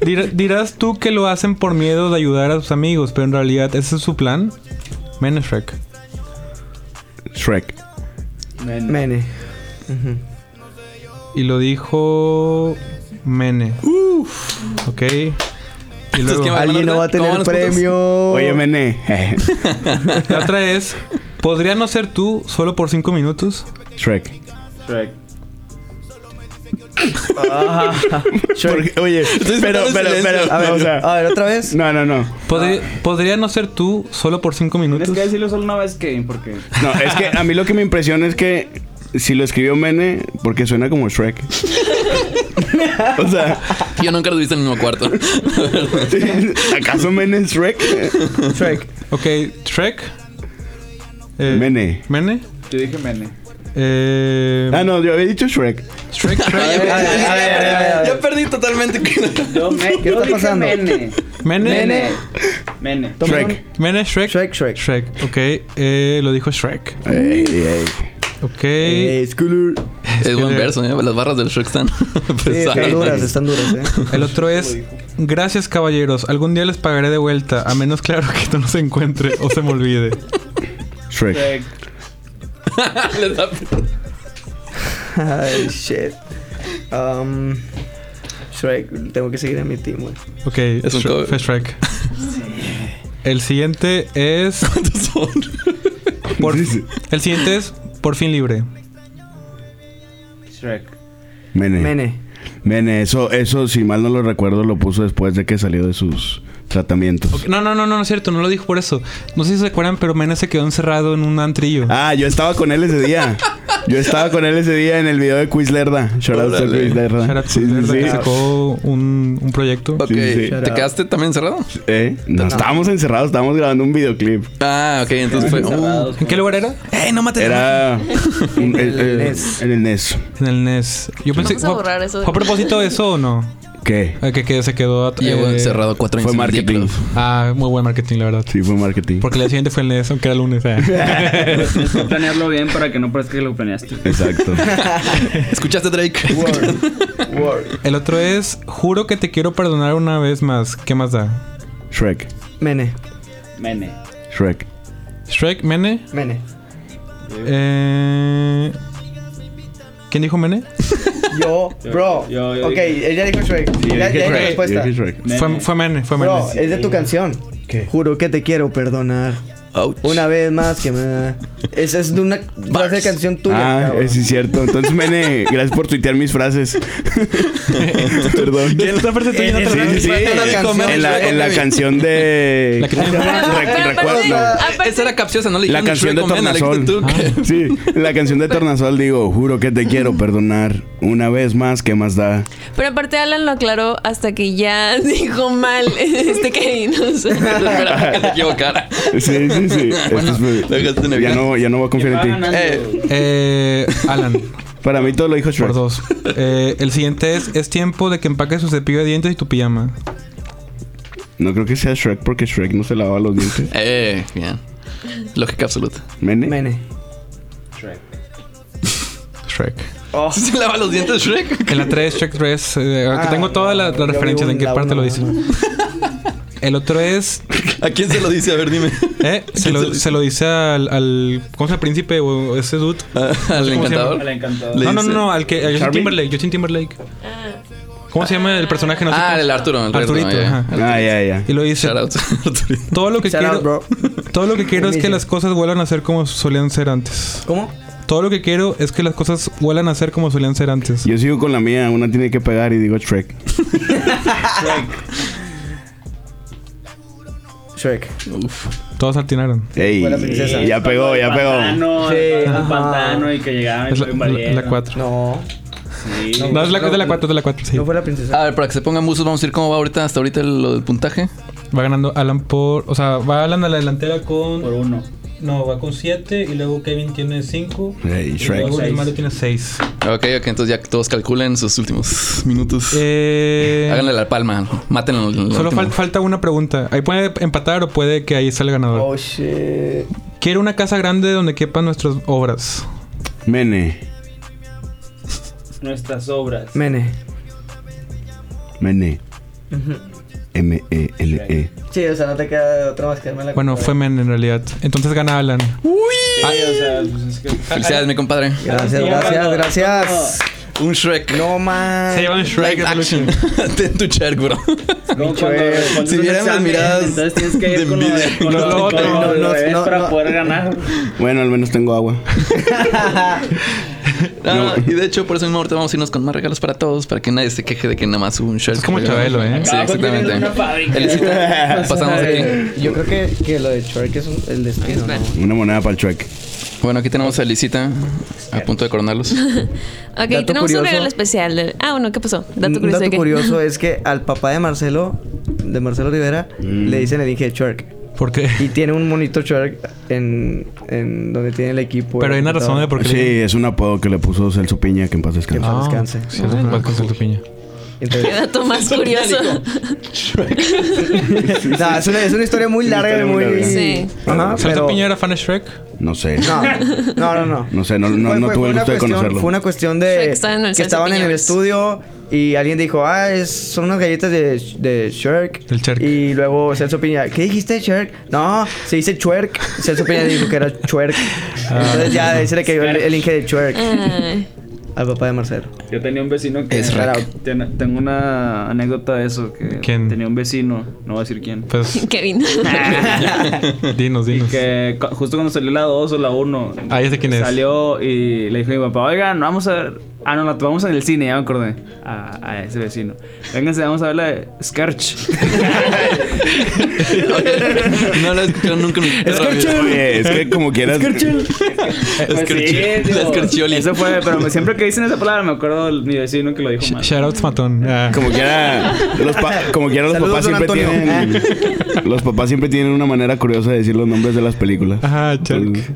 Speaker 2: dir- dirás tú que lo hacen por miedo de ayudar a sus amigos, pero en realidad ese es su plan. Men es Shrek.
Speaker 5: Shrek.
Speaker 7: Mene.
Speaker 6: Mene.
Speaker 2: Y lo dijo. Mene. Ok. Y luego.
Speaker 3: ¿quién
Speaker 6: Alguien no va a tener
Speaker 3: ¿Cómo van los puntos?
Speaker 6: premio.
Speaker 5: Oye, Mene. eh,
Speaker 2: ah, La otra es. ¿Podría no ser tú solo por cinco minutos?
Speaker 5: Shrek.
Speaker 7: Shrek.
Speaker 5: Porque- oye, pero,
Speaker 3: esperando
Speaker 5: pero,
Speaker 3: silencio.
Speaker 5: pero,
Speaker 6: A ver,
Speaker 5: no, o sea,
Speaker 6: a ver, otra vez.
Speaker 5: no, no, no.
Speaker 2: Podri- ¿Podría no ser tú solo por cinco
Speaker 7: Tienes
Speaker 2: minutos?
Speaker 7: que decirlo solo una vez, Kevin, porque...
Speaker 5: No, es que a mí lo que me impresiona es que si lo escribió Mene, porque suena como Shrek. o sea,
Speaker 3: Yo nunca lo he visto en el mismo cuarto.
Speaker 5: ¿acaso Mene es Shrek?
Speaker 6: Shrek.
Speaker 2: Ok, Shrek. Eh,
Speaker 5: Mene.
Speaker 2: Mene.
Speaker 7: Yo dije Mene.
Speaker 2: Eh,
Speaker 5: Ah, no, yo había dicho Shrek.
Speaker 2: Shrek, Shrek.
Speaker 6: A ver, a ver, a ver, a ver, a
Speaker 3: Yo
Speaker 6: ver.
Speaker 3: perdí totalmente.
Speaker 7: Yo, me,
Speaker 6: ¿Qué
Speaker 7: yo
Speaker 6: está
Speaker 7: dije
Speaker 6: pasando?
Speaker 7: Mene.
Speaker 2: Mene.
Speaker 7: Mene.
Speaker 2: Mene.
Speaker 7: Mene.
Speaker 6: Toma
Speaker 5: Shrek.
Speaker 6: un-
Speaker 2: Shrek.
Speaker 6: Shrek, Shrek.
Speaker 2: Shrek. Ok. Eh, lo dijo Shrek.
Speaker 5: Ey, ey.
Speaker 2: Ok.
Speaker 6: Eh, Skulur.
Speaker 3: Es buen verso, ¿eh? Las barras del Shrek están
Speaker 6: Sí, Eh, están duras,
Speaker 3: pesadas.
Speaker 6: están duras, eh.
Speaker 2: El otro es. Gracias, caballeros. Algún día les pagaré de vuelta. A menos, claro, que no se encuentre o se me olvide.
Speaker 5: Shrek.
Speaker 7: Shrek.
Speaker 3: Les da-
Speaker 6: Ay, shit. Um, Shrek, tengo que seguir a mi team, güey.
Speaker 2: Ok.
Speaker 3: Es un
Speaker 2: Shre-
Speaker 3: cover.
Speaker 2: fue Shrek. El siguiente es.
Speaker 3: ¿Cuántos son?
Speaker 2: Por, el siguiente es. Por fin libre.
Speaker 7: Shrek.
Speaker 5: Mene. Mene.
Speaker 6: Mene.
Speaker 5: eso, eso, si mal no lo recuerdo, lo puso después de que salió de sus tratamientos.
Speaker 2: Ok, No, no, no, no, no es cierto. No lo dijo por eso. No sé si se acuerdan, pero Mene se quedó encerrado en un antrillo.
Speaker 5: Ah, yo estaba con él ese día. Yo estaba con él ese día en el video de Quizlerda. Shout out to
Speaker 3: Órale.
Speaker 5: Quizlerda.
Speaker 2: Shout out to
Speaker 5: Sí, sí,
Speaker 2: Lerda,
Speaker 5: sí.
Speaker 2: que sacó un, un proyecto.
Speaker 3: Ok.
Speaker 5: sí.
Speaker 3: ¿Te quedaste también encerrado?
Speaker 5: ¿Eh? No, estábamos encerrados, estábamos grabando un videoclip.
Speaker 3: Ah, ok. Entonces fue...
Speaker 7: Cerrados,
Speaker 2: ¿En qué lugar era?
Speaker 3: ¡Ey, no mates!
Speaker 5: Era un- el- el-
Speaker 6: NES.
Speaker 5: en el E NES.
Speaker 2: En el NES. Yo pensé
Speaker 8: Vamos a
Speaker 2: ¿fue-
Speaker 8: borrar eso de-
Speaker 2: ¿Fue a propósito de eso o no?
Speaker 5: ¿Qué?
Speaker 2: Eh, Que, que se quedó at-
Speaker 3: Llevo
Speaker 2: eh,
Speaker 3: encerrado cuatro años.
Speaker 5: Fue
Speaker 3: en el
Speaker 5: marketing.
Speaker 3: Deep Club.
Speaker 2: Ah, muy buen marketing, la verdad.
Speaker 5: Sí, fue marketing.
Speaker 2: Porque el día siguiente fue el NES, aunque era lunes. eh.
Speaker 7: Tienes que planearlo bien para que no parezca que lo planeaste.
Speaker 5: Exacto.
Speaker 3: ¿Escuchaste, Drake?
Speaker 2: El otro es, juro que te quiero perdonar una vez más. ¿Qué más da?
Speaker 5: Shrek.
Speaker 6: Mene.
Speaker 7: Mene.
Speaker 5: Shrek.
Speaker 2: Shrek, Mene.
Speaker 6: Mene.
Speaker 2: Eh... ¿Quién dijo Mene?
Speaker 6: Yo, bro.
Speaker 7: yo- yo
Speaker 6: ok,
Speaker 7: dije-
Speaker 6: ella dijo Shrek.
Speaker 5: Yo
Speaker 6: ya ya
Speaker 5: dije
Speaker 6: hay
Speaker 5: Shrek,
Speaker 6: respuesta.
Speaker 5: yo dije Shrek.
Speaker 7: Mene.
Speaker 2: Fue, fue Mene, fue Mene.
Speaker 6: Bro, es de tu canción. Juro que te quiero perdonar.
Speaker 3: Ouch.
Speaker 6: Una vez más que me. Esa es de una frase de canción tuya.
Speaker 5: Ah,
Speaker 6: cabrón.
Speaker 5: es cierto. Entonces, Mene, gracias por tuitear mis frases. Perdón.
Speaker 2: Esta parte tuya no te
Speaker 5: Sí,
Speaker 2: la-
Speaker 5: sí, sí. En la, en la canción de.
Speaker 2: La que tiene-
Speaker 5: Re- recuerdo.
Speaker 3: Esa era capciosa, no le
Speaker 5: La
Speaker 3: dijeron
Speaker 5: canción de
Speaker 3: Shrek o Mena, le dijiste
Speaker 5: Tornasol. Ah.
Speaker 3: tú que-
Speaker 5: Sí, la canción de Tornasol digo, juro que te quiero perdonar. Una vez más, ¿qué más da?
Speaker 4: Pero aparte Alan lo aclaró hasta que ya dijo mal este Kevin. o sea.
Speaker 3: Espera, que te equivocara.
Speaker 5: Sí, sí, sí. Esto es-
Speaker 3: dejaste
Speaker 5: ya,
Speaker 3: nervioso.
Speaker 5: no, ya no voy a
Speaker 7: ¿Quién va
Speaker 5: confiar en ti.
Speaker 7: ganando?
Speaker 3: Eh,
Speaker 2: Eh, Alan,
Speaker 5: Para mí todo lo dijo Shrek.
Speaker 2: por dos. Eh, el siguiente es, es tiempo de que empaques tu cepillo de dientes y tu pijama.
Speaker 5: No creo que sea Shrek porque Shrek no se lavaba los dientes.
Speaker 3: Eh, bien. Lógica absoluta.
Speaker 5: Mene.
Speaker 6: Mene.
Speaker 7: Shrek.
Speaker 2: Shrek. Oh.
Speaker 3: ¿Se lava los dientes Shrek?
Speaker 2: En la 3, Shrek 3. eh, aquí
Speaker 6: Ah,
Speaker 2: tengo todas
Speaker 6: no,
Speaker 2: las
Speaker 6: yo
Speaker 2: las
Speaker 6: vi
Speaker 2: referencias.
Speaker 6: un-
Speaker 2: ¿En qué
Speaker 6: la
Speaker 2: parte
Speaker 6: una
Speaker 2: lo dice?
Speaker 6: nomás.
Speaker 2: El otro es.
Speaker 3: ¿A quién se lo dice? A ver, dime.
Speaker 2: Eh, se, lo, se lo dice al, al. ¿Cómo se llama? Príncipe o ese dude.
Speaker 3: Ah,
Speaker 2: ¿Cómo
Speaker 3: Al
Speaker 2: se
Speaker 3: encantador.
Speaker 7: Hola, encantado.
Speaker 3: Le
Speaker 2: No, no, no,
Speaker 3: dice-
Speaker 2: no, al que. A Justin
Speaker 5: Charmin.
Speaker 2: Timberlake. Justin Timberlake. ¿Cómo se llama el personaje? No sé
Speaker 3: Ah,
Speaker 2: cómo-
Speaker 3: el Arturo. El
Speaker 2: Arturito.
Speaker 3: Arturo, ya.
Speaker 2: ajá.
Speaker 5: Ah, ya, ya.
Speaker 2: Y lo dice.
Speaker 3: Shout out. Arturito.
Speaker 2: Todo lo que
Speaker 6: Shout
Speaker 2: quiero.
Speaker 6: out, bro.
Speaker 2: Todo lo que quiero es que
Speaker 6: Buenísimo.
Speaker 2: las cosas vuelvan a ser como solían ser antes.
Speaker 6: ¿Cómo?
Speaker 2: Todo lo que quiero es que las cosas vuelvan a ser como solían ser antes.
Speaker 5: Yo sigo con la mía, una tiene que pegar y digo Shrek.
Speaker 6: Shrek.
Speaker 2: Todos atinaron.
Speaker 5: Ey,
Speaker 6: fue la princesa.
Speaker 5: ya pegó, ya pegó.
Speaker 7: Pantano,
Speaker 6: Sí,
Speaker 7: el
Speaker 6: ajá.
Speaker 7: pantano y que llegaban y
Speaker 2: Es la-
Speaker 7: fue un balleno.
Speaker 2: la 4.
Speaker 6: No.
Speaker 7: Sí.
Speaker 2: No, es la 4, es la 4, es la 4. Sí.
Speaker 6: No fue la princesa.
Speaker 3: A ver, para que se pongan buzos, vamos a ir cómo va ahorita hasta ahorita el- lo del puntaje.
Speaker 2: Va ganando Alan por. O sea, va Alan a la delantera con.
Speaker 7: Por uno.
Speaker 2: No, va con 7 y luego Kevin tiene 5.
Speaker 5: Ey,
Speaker 2: Y
Speaker 5: Shrek.
Speaker 2: luego
Speaker 7: Seis.
Speaker 2: Mario tiene 6.
Speaker 3: Ok, ok, entonces ya todos calculen sus últimos minutos.
Speaker 2: Eh,
Speaker 3: Háganle la palma, mátenlo. en el
Speaker 2: solo
Speaker 3: último.
Speaker 2: fal- falta una pregunta. Ahí puede empatar o puede que ahí sea el
Speaker 3: Ah.
Speaker 2: ganador.
Speaker 6: Oh, shit.
Speaker 2: Quiero una casa grande donde quepan nuestras obras.
Speaker 5: Mene,
Speaker 7: Nuestras obras.
Speaker 6: Mene.
Speaker 5: Mene. M-E-L-E.
Speaker 6: Sí, o sea, no te queda otra más que darme la
Speaker 2: Bueno, fue Men en realidad. Entonces gana Alan.
Speaker 7: Sí, o sea, pues es que.
Speaker 3: Felicidades, mi compadre.
Speaker 6: Gracias, gracias, gracias.
Speaker 3: Un Shrek.
Speaker 6: No man.
Speaker 2: Se llevan Shrek
Speaker 3: Live action. Ten tu Shrek, bro.
Speaker 7: Como
Speaker 6: Pinche
Speaker 7: cuando
Speaker 6: güey.
Speaker 7: respondes
Speaker 3: Si
Speaker 7: un
Speaker 3: vieran las
Speaker 7: examen,
Speaker 3: miradas
Speaker 7: Entonces tienes que
Speaker 3: de
Speaker 7: ir con lo
Speaker 3: envidia.
Speaker 7: de- con
Speaker 2: No,
Speaker 7: lo-
Speaker 2: no,
Speaker 7: con
Speaker 6: no, no,
Speaker 7: lo de
Speaker 6: no,
Speaker 7: para
Speaker 6: no.
Speaker 7: poder ganar.
Speaker 5: Bueno, al menos tengo agua.
Speaker 3: Ah, y de hecho, por eso mismo ahorita vamos a irnos con más regalos para todos, para que nadie se queje de que nada más hubo un Shrek.
Speaker 2: Es como Chabelo, ¿eh?
Speaker 3: Sí,
Speaker 7: Abajo tienen Ah, pues, una fábrica.
Speaker 3: exactamente. Elisita, pasamos aquí.
Speaker 6: Yo creo que, que lo de Shrek es un- el destino. ¿no?
Speaker 5: Una moneda para el Shrek.
Speaker 3: Bueno, aquí tenemos a Elisita a punto de coronarlos.
Speaker 4: Ok,
Speaker 6: Dato
Speaker 4: tenemos
Speaker 6: curioso.
Speaker 4: un regalo especial. del- Ah, bueno, ¿qué pasó?
Speaker 6: Un
Speaker 4: Dato curioso. ¿de qué?
Speaker 6: curioso es que al papá de Marcelo, de Marcelo Rivera,
Speaker 3: Mm.
Speaker 6: le dicen el Inge Shrek.
Speaker 2: ¿Por qué?
Speaker 6: Y tiene un monito Shrek en, en donde tiene el equipo.
Speaker 2: Pero hay una razón de por qué.
Speaker 5: Sí, es un apodo que le puso Celso Piña, que en paz
Speaker 6: Que en
Speaker 5: descanse.
Speaker 6: paz
Speaker 2: Ah,
Speaker 6: descanse.
Speaker 2: Sí, es verdad, con su piña.
Speaker 4: ¿Qué
Speaker 6: Entonces,
Speaker 4: dato más curioso?
Speaker 6: no, es, una, es una historia muy
Speaker 5: Sí,
Speaker 6: larga
Speaker 5: historia
Speaker 6: y
Speaker 5: muy
Speaker 6: muy.
Speaker 5: larga.
Speaker 4: Sí.
Speaker 6: Ajá,
Speaker 2: ¿Salto
Speaker 6: pero.
Speaker 2: Piña era fan de Shrek?
Speaker 5: No sé.
Speaker 6: No, no, no. No,
Speaker 5: No sé, no- no- no tuve el
Speaker 6: una
Speaker 5: gusto de
Speaker 6: cuestión-
Speaker 5: conocerlo.
Speaker 6: Fue una cuestión
Speaker 4: Shrek
Speaker 6: de
Speaker 4: estaba en el
Speaker 6: que
Speaker 4: Celso
Speaker 6: estaban en el
Speaker 4: Piñeros.
Speaker 6: estudio y alguien dijo, ah, es- son unas galletas de, de Shrek.
Speaker 2: El Shrek.
Speaker 6: Y luego Celso Piña, ¿qué dijiste de Shrek? No, se dice Chuerk. Celso Piña dijo que era Chuerk.
Speaker 2: Ah.
Speaker 6: Entonces ya de ahí se le cayó el, el Inge de Chuerk
Speaker 4: Ay.
Speaker 6: al papá de Marcelo.
Speaker 7: Yo tenía un vecino que.
Speaker 3: Es rack.
Speaker 7: Ten- Tengo una anécdota de eso. Que
Speaker 2: ¿Quién?
Speaker 7: Tenía un vecino, no voy a decir quién.
Speaker 2: Pues,
Speaker 4: Kevin.
Speaker 2: dinos,
Speaker 7: Y
Speaker 2: dinos.
Speaker 7: que cu- justo cuando salió la 2 o la 1.
Speaker 2: Ah, ya sé quién es.
Speaker 7: Salió y le dijo a mi papá, oigan, vamos a ver... Ah, no, la tomamos en el cine, ya me acordé. A, a ese vecino. Vénganse, vamos a ver la de Scarch.
Speaker 3: no lo he escuchado nunca. en mi perra vida.
Speaker 5: Oye, es que como quieras.
Speaker 7: Pues sí,
Speaker 3: Escarchi-
Speaker 7: digo,
Speaker 3: la escarchioli.
Speaker 7: Eso fue, pero me- siempre que dicen esa palabra me acuerdo de mi vecino que lo dijo mal.
Speaker 2: Shoutouts matón. Ah.
Speaker 5: Como quiera, los, pa- como quiera los
Speaker 6: Saludos,
Speaker 5: papás
Speaker 6: don
Speaker 5: siempre
Speaker 6: Antonio.
Speaker 5: tienen. los papás siempre tienen una manera curiosa de decir los nombres de las películas.
Speaker 2: Ajá, Shrek.
Speaker 5: Entonces,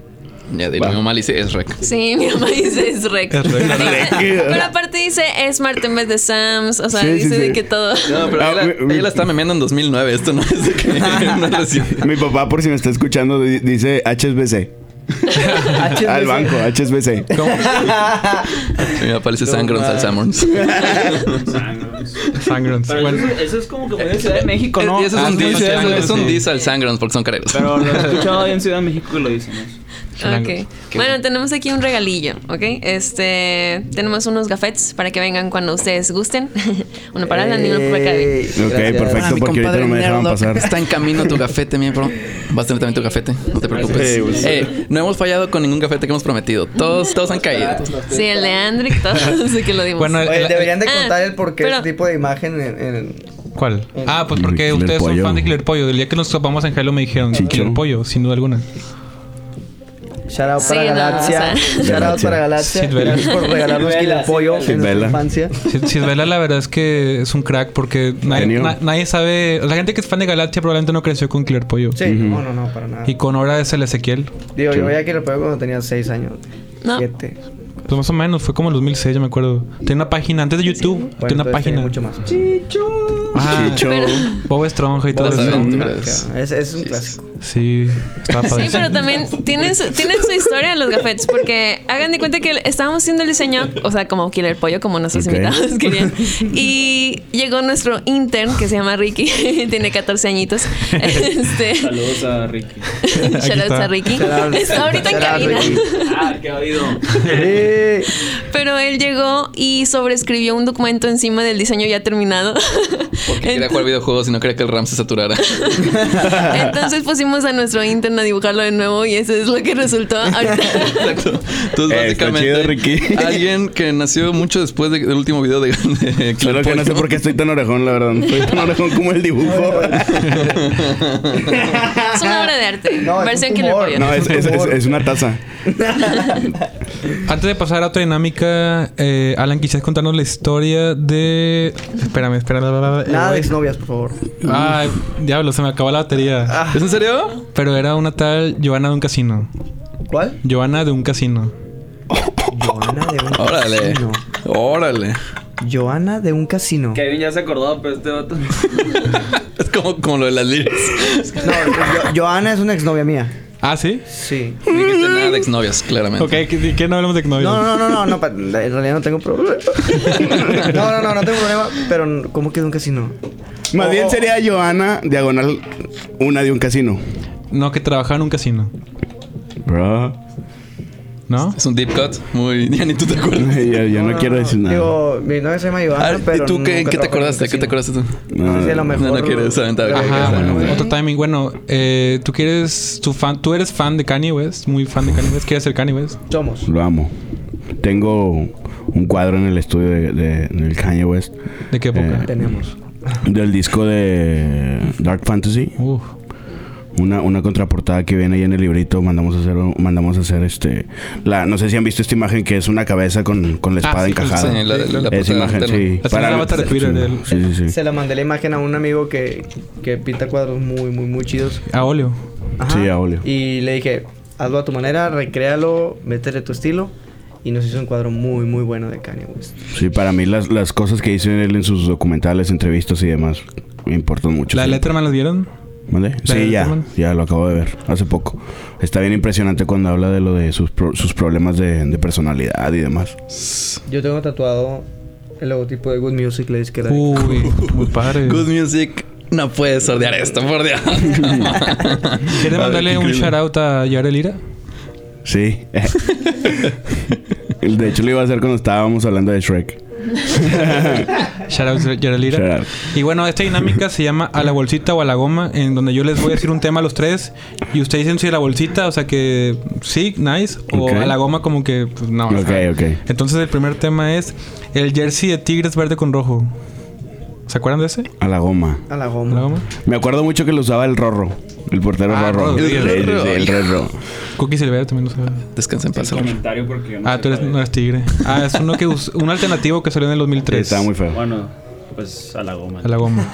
Speaker 3: Ya de lo mismo mal hice, es Shrek.
Speaker 4: Sí, mi mamá dice es Rex.
Speaker 2: Es Rex.
Speaker 4: Pero aparte dice es Marta en vez de Sams. O sea,
Speaker 5: Sí, sí,
Speaker 4: dice de
Speaker 5: sí.
Speaker 4: que todo.
Speaker 3: No, pero
Speaker 5: Ah,
Speaker 3: ella,
Speaker 5: mi- mi-
Speaker 3: ella la estaba memeando en 2009. Esto no es de que no es reciente.
Speaker 5: Mi papá, por si me está escuchando, di- dice HSBC. Al banco, HSBC.
Speaker 3: Mi papá le dice Sangrons al Samurns.
Speaker 2: Sangrons.
Speaker 7: Pero
Speaker 2: Bueno,
Speaker 7: eso, es- eso es como que muy de Ciudad de México, ¿no?
Speaker 3: Eh, Y eso es
Speaker 2: Ah,
Speaker 3: un
Speaker 2: sí,
Speaker 3: diss,
Speaker 2: sí,
Speaker 3: eso
Speaker 2: sí,
Speaker 3: es un
Speaker 2: sí.
Speaker 3: diss al Sangrons porque son careros.
Speaker 7: Pero lo he escuchado en Ciudad de México que lo dicen. eso.
Speaker 4: Ok. Bueno, tenemos aquí un regalillo, ¿ok? Este, tenemos unos gafetes para que vengan cuando ustedes gusten. uno para Alan y uno para Kevin.
Speaker 6: Ey,
Speaker 5: Ok,
Speaker 6: Eh, gracias.
Speaker 5: perfecto,
Speaker 3: mi
Speaker 5: porque ahorita no me
Speaker 3: compadre
Speaker 5: dejaban
Speaker 3: Nerdoc.
Speaker 5: pasar.
Speaker 3: Está en camino tu gafete, mi bro. Vas a tener también tu gafete, no te preocupes.
Speaker 5: Sí, pues.
Speaker 3: Eh, no hemos fallado con ningún gafete que hemos prometido. Todos, todos han caído.
Speaker 4: Sí, el de Andrick, todo. Así que lo dimos.
Speaker 2: Bueno,
Speaker 6: Oye,
Speaker 2: la-
Speaker 6: deberían de
Speaker 4: Ah,
Speaker 6: contar el porqué de
Speaker 4: pero-
Speaker 6: este tipo de imagen en, en-
Speaker 2: ¿cuál? Ah, pues
Speaker 5: Mm,
Speaker 2: porque
Speaker 5: Killer
Speaker 2: ustedes son
Speaker 5: Pollo.
Speaker 2: fan de Killer Pollo. Del día que nos topamos en Halo me dijeron
Speaker 5: Chicho.
Speaker 2: Killer Pollo, sin duda alguna.
Speaker 6: Shout out
Speaker 4: Sí,
Speaker 6: para
Speaker 4: no,
Speaker 6: Galaxia.
Speaker 4: o sea.
Speaker 6: Shout out
Speaker 5: Galaxia.
Speaker 6: para Galaxia.
Speaker 2: Sid Vela.
Speaker 6: Gracias por regalarnos el apoyo
Speaker 5: Sid
Speaker 6: en nuestra
Speaker 5: Vela.
Speaker 6: infancia.
Speaker 2: Si- Sisbela la verdad es que es un crack porque nadie,
Speaker 5: Genio.
Speaker 2: na- nadie sabe... La gente que es fan de Galaxia probablemente no creció con Killer Pollo.
Speaker 6: Sí, no, no, no, para nada.
Speaker 2: Y con Hora es el Ezequiel.
Speaker 6: Digo, yo veía que lo pegué cuando tenía 6 años.
Speaker 4: No.
Speaker 6: 7.
Speaker 2: Pues más o menos, fue como el 2006, yo me acuerdo. Tenía una página, antes de YouTube, tenía una página.
Speaker 6: Mucho más.
Speaker 2: Ah,
Speaker 5: Chicho.
Speaker 2: Bob Esponja y todo
Speaker 3: Todos
Speaker 2: eso.
Speaker 3: saben, tú
Speaker 6: Claro,
Speaker 5: Ah,
Speaker 3: crees.
Speaker 6: Es, es un clásico.
Speaker 2: Sí, estaba
Speaker 4: Sí,
Speaker 2: padre.
Speaker 4: pero también tienen su, tienen su historia los gafetes, porque hagan de cuenta que estábamos haciendo el diseño, o sea, como Killer Pollo, como nuestros
Speaker 5: Ok.
Speaker 4: invitados querían. Y llegó nuestro intern, que se llama Ricky, tiene 14 añitos. Este,
Speaker 7: Saludos a Ricky.
Speaker 4: shoutouts
Speaker 2: está.
Speaker 4: a Ricky.
Speaker 6: Shoutouts.
Speaker 4: Está ahorita en
Speaker 6: Shoutouts,
Speaker 4: cabina.
Speaker 6: Ricky.
Speaker 7: Ah, qué oído.
Speaker 6: Sí.
Speaker 4: Pero él llegó y sobreescribió un documento encima del diseño ya terminado.
Speaker 3: Porque quería jugar videojuegos y no quería que el RAM se saturara.
Speaker 4: Entonces pusimos a nuestro intern a dibujarlo de nuevo y eso es lo que resultó. Ahorita.
Speaker 3: Exacto. Entonces,
Speaker 5: Eh, está
Speaker 3: básicamente,
Speaker 5: chido, Ricky.
Speaker 3: alguien que nació mucho después de- del último video de, de
Speaker 5: Solo que no sé por qué estoy tan orejón, la verdad. Estoy tan orejón como el dibujo.
Speaker 4: Es una obra de arte.
Speaker 6: No, es
Speaker 4: versión
Speaker 6: un
Speaker 4: que le
Speaker 6: tumor.
Speaker 4: apoyo.
Speaker 5: No, es, es- es- es una taza.
Speaker 2: Antes de pasar a otra dinámica, eh, Alan, quizás contarnos la historia de. Espérame, espérame.
Speaker 6: Nada de exnovias, por favor.
Speaker 2: Ay, Ah, diablo, se me acabó la batería.
Speaker 3: Ah, ¿Es en serio?
Speaker 2: Pero era una tal Giovanna de un casino.
Speaker 6: ¿Cuál?
Speaker 2: Joana de un casino.
Speaker 6: Joana de un
Speaker 3: Órale.
Speaker 6: casino.
Speaker 3: Órale.
Speaker 6: Joana de un casino.
Speaker 7: Kevin ya se acordó, pero este vato.
Speaker 3: Es como, como lo de las lyrics.
Speaker 6: No, Jo- Joana es una exnovia mía.
Speaker 2: ¿Ah, sí?
Speaker 6: Sí.
Speaker 3: No dijiste nada de exnovias, claramente.
Speaker 2: Ok, ¿qué, qué no hablamos de novios?
Speaker 6: No, no, no, no, no, pa- en realidad no tengo problema. No, no, no, no tengo problema, pero ¿cómo que de un casino?
Speaker 5: Más
Speaker 6: Oh.
Speaker 5: bien sería Joana, diagonal, una de un casino.
Speaker 2: No, que trabajaba en un casino.
Speaker 5: Bro.
Speaker 2: ¿No?
Speaker 3: Es un deep cut. Muy. Ya ni tú te acuerdas.
Speaker 5: Ya, ya no, quiero decir nada.
Speaker 6: Digo, mi novia se llama
Speaker 3: A
Speaker 6: Joana,
Speaker 3: ver,
Speaker 6: pero
Speaker 3: Ah, ¿Y tú qué, en
Speaker 6: nunca
Speaker 3: qué te
Speaker 6: trabajó en un
Speaker 3: acordaste? ¿Qué te
Speaker 6: casino.
Speaker 3: acordaste tú?
Speaker 6: No sé si a lo
Speaker 5: No,
Speaker 6: mejor...
Speaker 3: no quieres aventar.
Speaker 6: Pero-
Speaker 2: Ajá,
Speaker 3: bueno,
Speaker 2: bueno,
Speaker 3: bueno.
Speaker 2: otro timing. Bueno, eh, tú quieres, tu fan, tú eres fan de Kanye West, muy fan de Kanye West, quieres ser Kanye West.
Speaker 6: Somos.
Speaker 5: Lo amo. Tengo un cuadro en el estudio de, de- del Kanye West.
Speaker 2: ¿De qué época?
Speaker 5: Eh.
Speaker 6: Tenemos.
Speaker 5: Del disco de Dark Fantasy.
Speaker 2: Uf.
Speaker 5: Una, una contraportada que viene ahí en el librito. Mandamos a hacer, mandamos a hacer este. La, no sé si han visto esta imagen que es una cabeza con, con la
Speaker 2: Ah,
Speaker 5: espada
Speaker 2: sí,
Speaker 5: encajada.
Speaker 3: Sí, la, la, la puta
Speaker 5: Esa imagen,
Speaker 3: linterna.
Speaker 5: sí.
Speaker 2: La señora avatar de Twitter, el-
Speaker 5: sí, sí, sí.
Speaker 6: Se la mandé la imagen a un amigo que, que pinta cuadros muy, muy, muy chidos.
Speaker 2: A óleo.
Speaker 5: Sí, a óleo.
Speaker 6: Y le dije, hazlo a tu manera, recréalo, métele tu estilo. Y nos hizo un cuadro muy, muy bueno de Kanye West.
Speaker 5: Sí, para mí las, las cosas que hizo él en sus documentales, entrevistas y demás me importan mucho.
Speaker 2: ¿La
Speaker 5: sí.
Speaker 2: Letterman las vieron?
Speaker 5: ¿Mande?
Speaker 2: ¿La de
Speaker 5: Sí, ya,
Speaker 2: Letterman?
Speaker 5: ya lo acabo de ver hace poco. Está bien impresionante cuando habla de lo de sus, pro- sus problemas de, de personalidad y demás.
Speaker 6: Yo tengo tatuado el logotipo de Good Music, la disquera. de-
Speaker 2: Uy, muy padre.
Speaker 3: Good Music. No puedes sordear esto, por Dios.
Speaker 2: ¿Quieres
Speaker 3: Ah,
Speaker 2: mandarle un shout out a Yarel Ira?
Speaker 5: Sí. de hecho, lo iba a hacer cuando estábamos hablando de Shrek.
Speaker 2: Shout out a Yarel Ira.
Speaker 5: Shout out.
Speaker 2: Y bueno, esta dinámica se llama a la bolsita o a la goma, en donde yo les voy a decir un tema a los tres y ustedes dicen si a la bolsita, o sea que sí, nice, o
Speaker 5: Ok.
Speaker 2: a la goma como que pues, no. o
Speaker 5: Ok,
Speaker 2: sea.
Speaker 5: ok.
Speaker 2: Entonces el primer tema es el jersey de Tigres verde con rojo. ¿Se acuerdan de ese?
Speaker 5: A la goma.
Speaker 6: A la
Speaker 2: ¿La
Speaker 6: goma.
Speaker 2: goma?
Speaker 5: Me acuerdo mucho que lo usaba el Rorro. El portero
Speaker 2: Ah,
Speaker 5: Rorro.
Speaker 2: Rorro.
Speaker 5: Sí, sí, sí, El, Rorro.
Speaker 2: Cookie Silvera también lo sabe.
Speaker 3: Descansa en paz, Salvador.
Speaker 7: comentario porque yo no
Speaker 2: Ah,
Speaker 7: sé
Speaker 2: tú eres,
Speaker 7: cuál
Speaker 2: no eres tigre. Ah, es uno que us- un alternativo que salió en el 2003.
Speaker 5: Estaba muy feo.
Speaker 7: es. Bueno, pues a la goma.
Speaker 2: A la goma.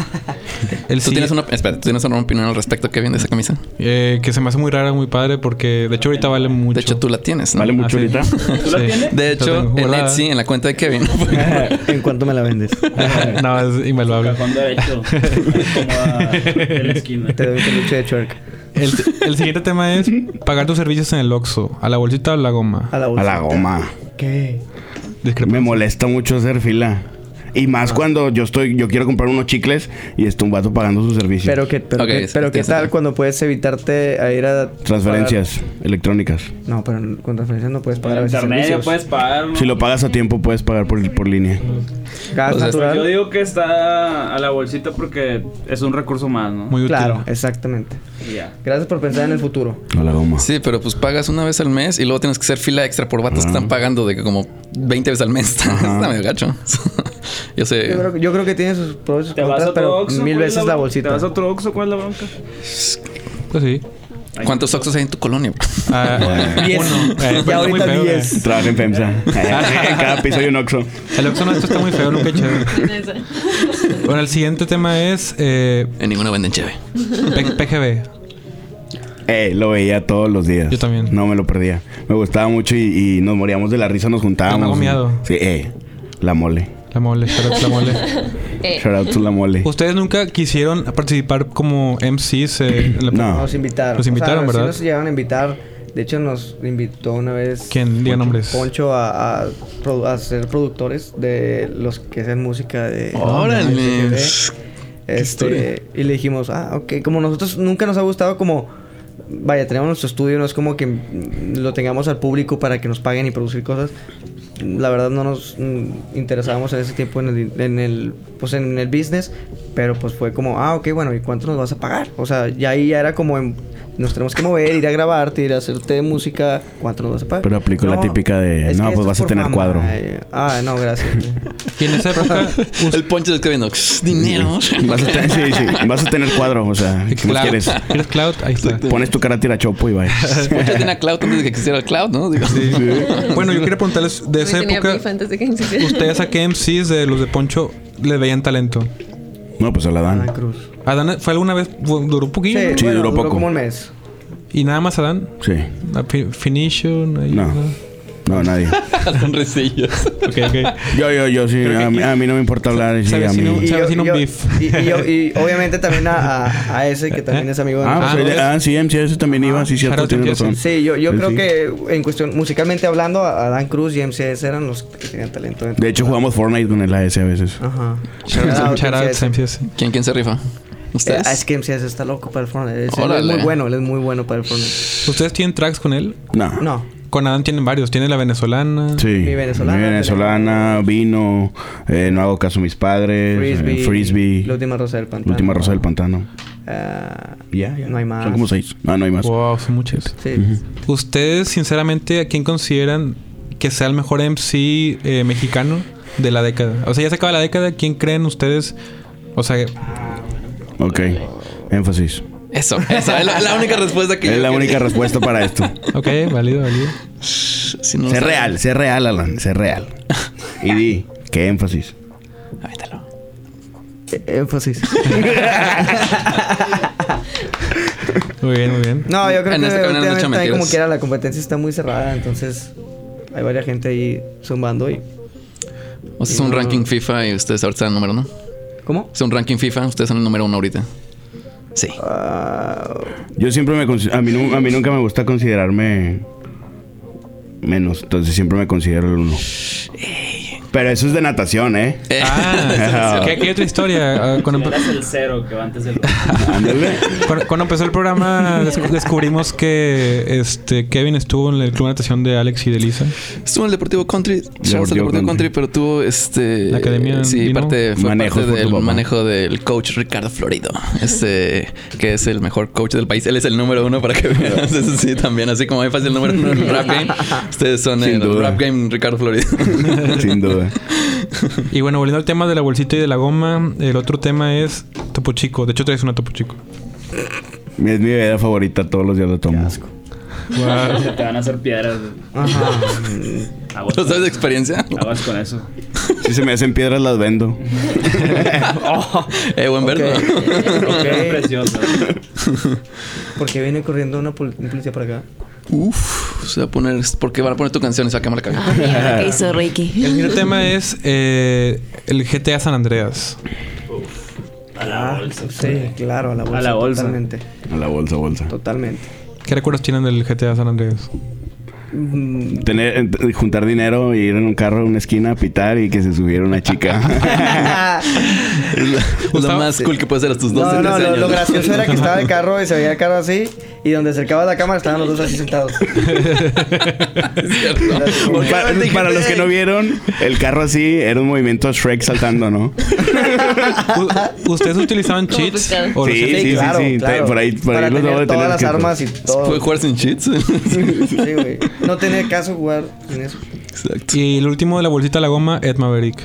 Speaker 2: El
Speaker 3: ¿Tú
Speaker 2: sí-
Speaker 3: tienes una, espera, ¿tú tienes una opinión al respecto, Kevin, de esa camisa?
Speaker 2: eh, que se me hace muy rara, muy padre, porque de hecho ahorita vale mucho.
Speaker 3: De hecho, tú la tienes, ¿no?
Speaker 5: Vale mucho
Speaker 2: Ah, sí.
Speaker 5: ahorita.
Speaker 7: ¿Tú la
Speaker 2: Sí.
Speaker 7: tienes?
Speaker 3: De
Speaker 2: La
Speaker 3: hecho,
Speaker 2: tengo
Speaker 3: en
Speaker 2: guardada.
Speaker 3: Etsy, en la cuenta de Kevin.
Speaker 6: ¿En cuánto me la vendes?
Speaker 2: no, es invaluable.
Speaker 7: Cajón derecho. Como a- de la esquina.
Speaker 6: Te doy un peluche de Shrek.
Speaker 2: El, el siguiente tema es pagar tus servicios en el Oxxo. ¿A la bolsita o a la goma?
Speaker 6: A la
Speaker 5: A la
Speaker 6: bolsita.
Speaker 5: goma.
Speaker 6: ¿Qué?
Speaker 2: Discrepo.
Speaker 5: Me molesta mucho hacer fila. Y más cuando yo estoy, yo quiero comprar unos chicles y está un vato pagando su servicio.
Speaker 6: Pero que, pero
Speaker 3: Ok,
Speaker 6: que-
Speaker 3: sí,
Speaker 6: pero
Speaker 3: sí,
Speaker 6: qué
Speaker 3: sí.
Speaker 6: tal cuando puedes evitarte a ir a
Speaker 5: Transferencias electrónicas.
Speaker 6: pagar- No, pero con transferencias no puedes pagar a
Speaker 7: En
Speaker 6: veces
Speaker 7: internet ya
Speaker 6: servicios.
Speaker 7: puedes pagar. ¿no?
Speaker 5: Si lo pagas a tiempo, puedes pagar por, por línea.
Speaker 7: pues.
Speaker 6: Gas
Speaker 3: O sea,
Speaker 6: natural.
Speaker 7: Yo digo que está a la bolsita porque es un recurso más, ¿no?
Speaker 2: Muy útil.
Speaker 6: Claro, exactamente.
Speaker 7: Y ya.
Speaker 6: Gracias por pensar en el futuro.
Speaker 5: A la goma.
Speaker 3: Sí, pero pues pagas una vez al mes y luego tienes que hacer fila extra por vatos que están pagando de que como 20 veces al mes. Está, está medio gacho. Yo sé.
Speaker 6: Yo creo, yo creo que tiene sus pros y sus
Speaker 7: Te vas a
Speaker 6: contras,
Speaker 7: otro
Speaker 6: pero
Speaker 7: Oxxo,
Speaker 6: mil
Speaker 7: ¿cuál es
Speaker 6: veces la
Speaker 7: bron-
Speaker 6: bolsita.
Speaker 7: Te vas a otro Oxxo, ¿cuál es la bronca?
Speaker 2: Pues sí.
Speaker 3: ¿Cuántos oxos hay en tu colonia?
Speaker 2: Ah,
Speaker 6: Diez.
Speaker 2: uno. Eh,
Speaker 6: Ya
Speaker 2: está muy
Speaker 6: ahorita
Speaker 2: feo,
Speaker 6: diez.
Speaker 2: eh.
Speaker 5: Trabaja en FEMSA. en cada piso hay un Oxxo.
Speaker 2: El Oxxo no, esto está muy feo, nunca he hecho. Bueno, el siguiente tema es eh,
Speaker 3: En ninguno venden cheve.
Speaker 2: P- PGB.
Speaker 5: Eh, lo veía todos los días.
Speaker 2: Yo también.
Speaker 5: No me lo perdía. Me gustaba mucho y, y nos moríamos de la risa, nos juntábamos.
Speaker 2: La Mago Miado.
Speaker 5: Sí, eh. La mole.
Speaker 2: La mole, shout out la mole.
Speaker 5: Shout out to la mole.
Speaker 2: ¿Ustedes nunca quisieron participar como MCs eh, en la
Speaker 5: No.
Speaker 6: Nos invitaron.
Speaker 2: Nos invitaron,
Speaker 6: sí
Speaker 2: ¿verdad?
Speaker 6: nos llegaron a invitar. De hecho, nos invitó una vez.
Speaker 2: ¿Quién? Diga
Speaker 6: Poncho-
Speaker 2: nombres.
Speaker 6: Poncho a, a produ- a ser productores de los que hacen música
Speaker 2: Ah,
Speaker 6: de.
Speaker 3: Órale.
Speaker 6: de MTV.
Speaker 3: Qué historia.
Speaker 6: Este, y le dijimos, ah, ok, como nosotros nunca nos ha gustado como vaya, tenemos nuestro estudio, no es como que mm, lo tengamos al público para que nos paguen y producir cosas. La verdad no nos mm, interesábamos en ese tiempo en el, en el, pues en el business, pero pues fue como, ah, ok, bueno, ¿y cuánto nos vas a pagar? O sea, ya ahí ya era como, en- nos tenemos que mover, ir a grabarte, ir a hacerte música, ¿cuánto nos vas a pagar?
Speaker 5: Pero aplicó la típica de,
Speaker 6: es
Speaker 5: "No,
Speaker 6: que esto
Speaker 5: pues
Speaker 6: es
Speaker 5: vas a
Speaker 6: por
Speaker 5: tener cuadro".
Speaker 6: Eh, Ah, no, gracias.
Speaker 2: Y en esa época,
Speaker 3: El poncho del viendo. Dinero.
Speaker 5: Vas a, tener, sí, sí, vas a tener cuadro, o sea, ¿qué más
Speaker 2: Cloud.
Speaker 5: quieres?
Speaker 2: ¿Quieres Cloud? Ahí está.
Speaker 5: Pones tu cara a tirachopo y vaya.
Speaker 3: Poncho tenía cloud antes de que existiera el cloud, ¿no? Digo,
Speaker 2: Sí. Bueno, yo quería preguntarles, de esa
Speaker 4: tenía
Speaker 2: época,
Speaker 4: beef antes de que existiera.
Speaker 2: ¿ustedes a qué MCs de los de Poncho le veían talento?
Speaker 5: No, pues a la
Speaker 6: Ana
Speaker 5: dan.
Speaker 6: Cruz.
Speaker 2: ¿Adán fue alguna vez? Fue- ¿Duró un poquillo?
Speaker 5: Sí, duró poco.
Speaker 6: como un mes.
Speaker 2: ¿Y nada más Adán?
Speaker 5: Sí.
Speaker 2: Ah, fi- Finition. ahí,
Speaker 5: No.
Speaker 2: ¿no?
Speaker 5: No, nadie.
Speaker 3: resillas.
Speaker 2: Ok, ok.
Speaker 5: Yo, yo, yo, sí. A mí, a mí no me importa hablar. Sí,
Speaker 2: ¿Sabes
Speaker 5: a
Speaker 2: si no-
Speaker 5: mí.
Speaker 2: Se avecina un beef.
Speaker 6: Y, y yo- y obviamente también a, a- a ese que también es amigo de
Speaker 5: Ah,
Speaker 6: nosotros.
Speaker 5: pues,
Speaker 2: ¿no
Speaker 5: eh,
Speaker 2: ves?
Speaker 5: ah, sí, MC, ese también iba. Sí, cierto,
Speaker 2: Shout out
Speaker 5: tienes
Speaker 2: MCS.
Speaker 5: razón.
Speaker 6: Sí, yo, yo
Speaker 5: Sí,
Speaker 6: creo
Speaker 5: sí.
Speaker 6: que en cuestión musicalmente hablando, a Dan Cruz y MCS eran los que tenían talento.
Speaker 5: De hecho, jugamos Fortnite con el AS a veces.
Speaker 6: Ajá.
Speaker 2: Shout out, shout out,
Speaker 6: MCS.
Speaker 2: MCS.
Speaker 3: ¿Quién, ¿Quién se rifa?
Speaker 6: Eh,
Speaker 3: ¿Ustedes?
Speaker 6: ah, es que MCS está loco para el Fortnite. Es- Él es
Speaker 3: Órale.
Speaker 6: muy bueno, él es muy bueno para el Fortnite.
Speaker 2: ¿Ustedes tienen tracks con él?
Speaker 5: No.
Speaker 6: No.
Speaker 2: Con Adán tienen varios. Tiene la venezolana.
Speaker 5: Sí.
Speaker 6: Mi venezolana,
Speaker 5: Mi venezolana, vino, eh, no hago caso a mis padres,
Speaker 6: Frisbee.
Speaker 5: eh, frisbee,
Speaker 6: La última rosa del
Speaker 5: la
Speaker 6: pantano.
Speaker 5: última rosa del pantano.
Speaker 6: Ah,
Speaker 5: Ya, ya.
Speaker 6: No hay más.
Speaker 5: Son como seis. Ah, no hay más.
Speaker 2: Wow, son muchos.
Speaker 6: sí.
Speaker 2: ¿Ustedes, sinceramente, a quién consideran que sea el mejor MC eh, mexicano de la década? O sea, ya se acaba la década. ¿Quién creen ustedes? O sea,
Speaker 5: Ok. Énfasis.
Speaker 3: Eso, eso. Es la, la única respuesta que
Speaker 5: Es
Speaker 3: yo
Speaker 5: la
Speaker 3: quería.
Speaker 5: única respuesta para esto.
Speaker 2: ok, válido, válido.
Speaker 3: Si no lo
Speaker 5: Sé
Speaker 3: saben.
Speaker 5: real, sé real, Alan, sé real. Y di, qué énfasis.
Speaker 3: Avéntalo.
Speaker 6: Eh, Énfasis.
Speaker 2: Muy bien, muy bien.
Speaker 6: No, yo creo
Speaker 3: En
Speaker 6: que
Speaker 3: este canal no
Speaker 6: últimamente
Speaker 3: echan
Speaker 6: también como
Speaker 3: mentiras.
Speaker 6: quiera la competencia está muy cerrada, entonces hay varias gente ahí zumbando y...
Speaker 3: O sea, es un
Speaker 6: No.
Speaker 3: ranking FIFA y ustedes ahorita están en número uno.
Speaker 6: ¿Cómo?
Speaker 3: Es un ranking FIFA, ustedes son el número uno ahorita. Sí.
Speaker 6: Ah,
Speaker 5: Yo siempre me consi- a mí, nu- a mí nunca me gusta considerarme menos, entonces siempre me considero el uno. Pero eso es de natación, ¿eh?
Speaker 3: Eh,
Speaker 2: Ah, que aquí hay otra historia. Ah, cuando,
Speaker 7: Eras
Speaker 2: empe-
Speaker 7: el cero que va antes del.
Speaker 5: Ándale.
Speaker 2: cuando- cuando empezó el programa, descu- descubrimos que este Kevin estuvo en el club de natación de Alex y de Lisa.
Speaker 3: Estuvo en el Deportivo Country, chavos, el
Speaker 5: Deportivo
Speaker 3: Deportivo
Speaker 5: Country.
Speaker 3: Country, pero tuvo este.
Speaker 2: La academia
Speaker 3: Sí,
Speaker 2: vino.
Speaker 3: parte, fue
Speaker 5: Manejo
Speaker 3: parte
Speaker 5: fue tu
Speaker 3: del
Speaker 5: papá.
Speaker 3: manejo del coach Ricardo Florido, este, que es el mejor coach del país. Él es el número uno para que vean. Sí, también, así como hay fácil el número uno en el rap game. Ustedes son
Speaker 5: Sin
Speaker 3: el
Speaker 5: duda.
Speaker 3: rap game Ricardo Florido.
Speaker 5: Sin duda.
Speaker 2: Y bueno, volviendo al tema de la bolsita y de la goma, el otro tema es Topo Chico. De hecho, traes una Topo Chico.
Speaker 5: Es mi bebida favorita, todos los días la tomo.
Speaker 7: Se te van a hacer piedras. güey.
Speaker 6: ajá.
Speaker 7: Aguas,
Speaker 3: ¿Lo sabes de experiencia?
Speaker 7: aguas con eso.
Speaker 5: Si se me hacen piedras, las vendo. Oh.
Speaker 3: eh, buen verbo.
Speaker 7: Qué precioso.
Speaker 6: Porque viene corriendo una pol- un policía para acá.
Speaker 3: Uf, se va a poner. ¿Por qué van a poner tu canción y se va a quemar la caja?
Speaker 4: Ah, Mira lo que hizo Ricky.
Speaker 2: El siguiente tema es eh, el GTA San Andreas.
Speaker 7: A la bolsa.
Speaker 6: Ah, Sí, claro, a la bolsa.
Speaker 7: la bolsa.
Speaker 6: Totalmente.
Speaker 5: A la bolsa, bolsa.
Speaker 6: Totalmente.
Speaker 2: ¿Qué recuerdos tienen del GTA San Andreas?
Speaker 6: Mm,
Speaker 5: Tener, ent- juntar dinero y ir en un carro a una esquina a pitar y que se subiera una chica.
Speaker 3: Es lo- es lo
Speaker 2: Gustavo,
Speaker 3: más cool que puede ser a tus 12,
Speaker 6: No, no,
Speaker 3: 13
Speaker 6: lo,
Speaker 3: años.
Speaker 6: lo gracioso era que estaba el carro y se veía el carro así. Y donde acercaba la cámara estaban los dos así sentados.
Speaker 3: Es cierto. Porque
Speaker 5: para,
Speaker 3: obviamente
Speaker 5: para
Speaker 3: dije,
Speaker 5: los que no
Speaker 3: "Ey".
Speaker 5: vieron, el carro así era un movimiento Shrek saltando, ¿no?
Speaker 2: U- ¿Ustedes utilizaban cheats?
Speaker 4: pescado.
Speaker 2: O lo
Speaker 5: Sí,
Speaker 2: hacían-
Speaker 5: sí, sí, te- por ahí- por
Speaker 6: Para
Speaker 5: ahí los
Speaker 6: tener
Speaker 5: debo de
Speaker 6: todas
Speaker 5: tener
Speaker 6: las
Speaker 5: que-
Speaker 6: armas y todo.
Speaker 3: ¿Puede jugar sin cheats?
Speaker 6: Sí, güey. No tenía caso jugar en eso.
Speaker 3: Exacto.
Speaker 2: Y el último de la bolsita de la goma, Ed Maverick.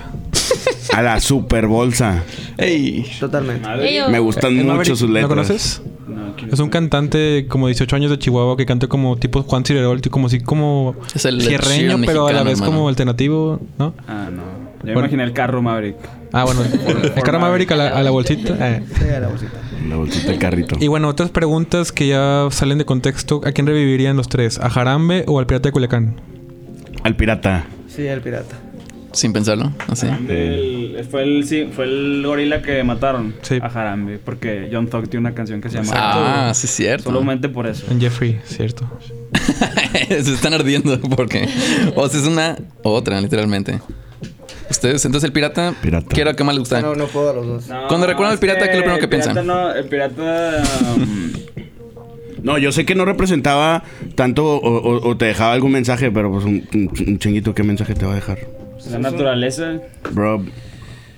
Speaker 5: A la super bolsa.
Speaker 3: Ey.
Speaker 6: Totalmente.
Speaker 4: Ellos-
Speaker 5: Me gustan
Speaker 2: Ed
Speaker 5: mucho
Speaker 2: Eh, Maverick,
Speaker 5: sus letras.
Speaker 2: ¿Lo conoces?
Speaker 7: No, ¿quién
Speaker 2: Es un cantante como 18 años de Chihuahua que canta como tipo Juan Cirerol, como si como
Speaker 3: Es el Ed
Speaker 2: sierreño,
Speaker 3: Sheeran
Speaker 2: pero a la
Speaker 3: mexicano,
Speaker 2: vez como
Speaker 3: hermano.
Speaker 2: alternativo, ¿no?
Speaker 7: Ah, no. Yo me
Speaker 2: Bueno.
Speaker 7: imaginé el carro Maverick.
Speaker 2: Ah, bueno, el cara Maverick a la, a la bolsita. eh.
Speaker 6: Sí, a la bolsita.
Speaker 5: La bolsita del carrito.
Speaker 2: Y bueno, otras preguntas que ya salen de contexto. ¿A quién revivirían los tres? ¿A Jarambe o al Pirata de Culiacán?
Speaker 5: Al pirata.
Speaker 6: Sí, el pirata.
Speaker 3: Sin pensarlo, así.
Speaker 5: Eh,
Speaker 7: El- fue, el, sí, fue el gorila que mataron
Speaker 2: Sí.
Speaker 7: a Harambe. Porque John Thug tiene una canción que se llama.
Speaker 3: Ah, sí, es cierto.
Speaker 7: Solamente por eso.
Speaker 2: En Jeffrey, cierto.
Speaker 3: Se están ardiendo porque. O sea, es una o otra, literalmente. Ustedes, entonces el pirata.
Speaker 5: Pirata.
Speaker 3: Quiero que más le gusta.
Speaker 6: No, no puedo a los dos.
Speaker 7: No,
Speaker 3: Cuando recuerdan al
Speaker 7: es
Speaker 3: pirata, ¿qué es lo primero
Speaker 7: el
Speaker 3: que
Speaker 7: pirata
Speaker 3: piensan?
Speaker 7: no- el pirata. um,
Speaker 5: No, yo sé que no representaba tanto o, o- o te dejaba algún mensaje, pero pues un, un- un chinguito, ¿qué mensaje te va a dejar?
Speaker 7: La naturaleza,
Speaker 5: Bro,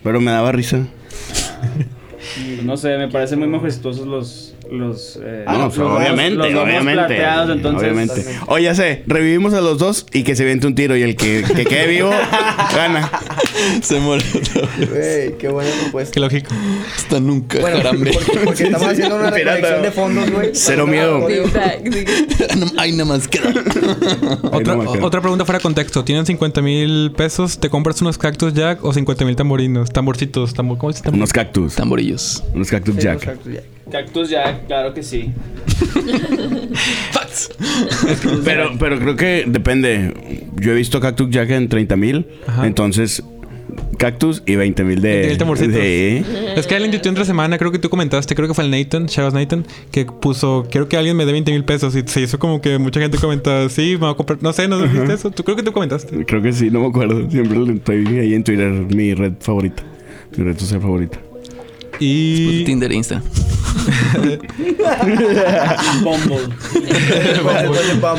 Speaker 5: pero me daba risa.
Speaker 7: pues, no sé, me parecen muy majestuosos los. los eh,
Speaker 5: Ah, no,
Speaker 7: los
Speaker 5: pues,
Speaker 7: lobos-
Speaker 5: obviamente,
Speaker 7: los lobos
Speaker 5: obviamente.
Speaker 7: plateados, entonces.
Speaker 5: obviamente. Oye, ya sé, revivimos a los dos y que se viente un tiro y el que, que quede vivo gana.
Speaker 3: Se muere otra vez.
Speaker 6: Güey, qué buena propuesta.
Speaker 2: Qué lógico.
Speaker 3: Hasta nunca,
Speaker 6: Bueno,
Speaker 3: carambe.
Speaker 6: porque, porque estamos haciendo una
Speaker 5: Pirata.
Speaker 6: recolección de fondos, güey.
Speaker 5: Cero miedo.
Speaker 3: Ay, nada más queda.
Speaker 2: Otra,
Speaker 5: no me acuerdo.
Speaker 2: otra pregunta fuera de contexto. ¿Tienen 50 mil pesos? ¿Te compras unos cactus jack o 50 mil tamborinos? Tamborcitos. Tambor, ¿Cómo se llama?
Speaker 5: Unos cactus.
Speaker 3: Tamborillos.
Speaker 5: Unos cactus
Speaker 6: Sí,
Speaker 5: jack.
Speaker 6: exacto, ya.
Speaker 7: Cactus ya, claro que sí.
Speaker 3: Facts.
Speaker 5: Pero, pero creo que depende. Yo he visto Cactus Jack en 30 mil.
Speaker 2: Ajá.
Speaker 5: Entonces, Cactus y 20 mil de.
Speaker 2: 20,000 tamborcitos.
Speaker 5: de-
Speaker 2: Es que alguien tuiteó entre semana, creo que tú comentaste, creo que fue el Nathan, Shabazz Nathan, que puso, quiero que alguien me dé 20 mil pesos. Y se hizo como que mucha gente comentaba, sí, me voy a comprar. No sé, ¿no viste eso? Tú, creo que tú comentaste.
Speaker 5: Creo que sí, no me acuerdo. Siempre lo estoy ahí en Twitter, mi red favorita. Mi red social favorita.
Speaker 2: Y.
Speaker 3: Tinder e Insta.
Speaker 7: Bumble.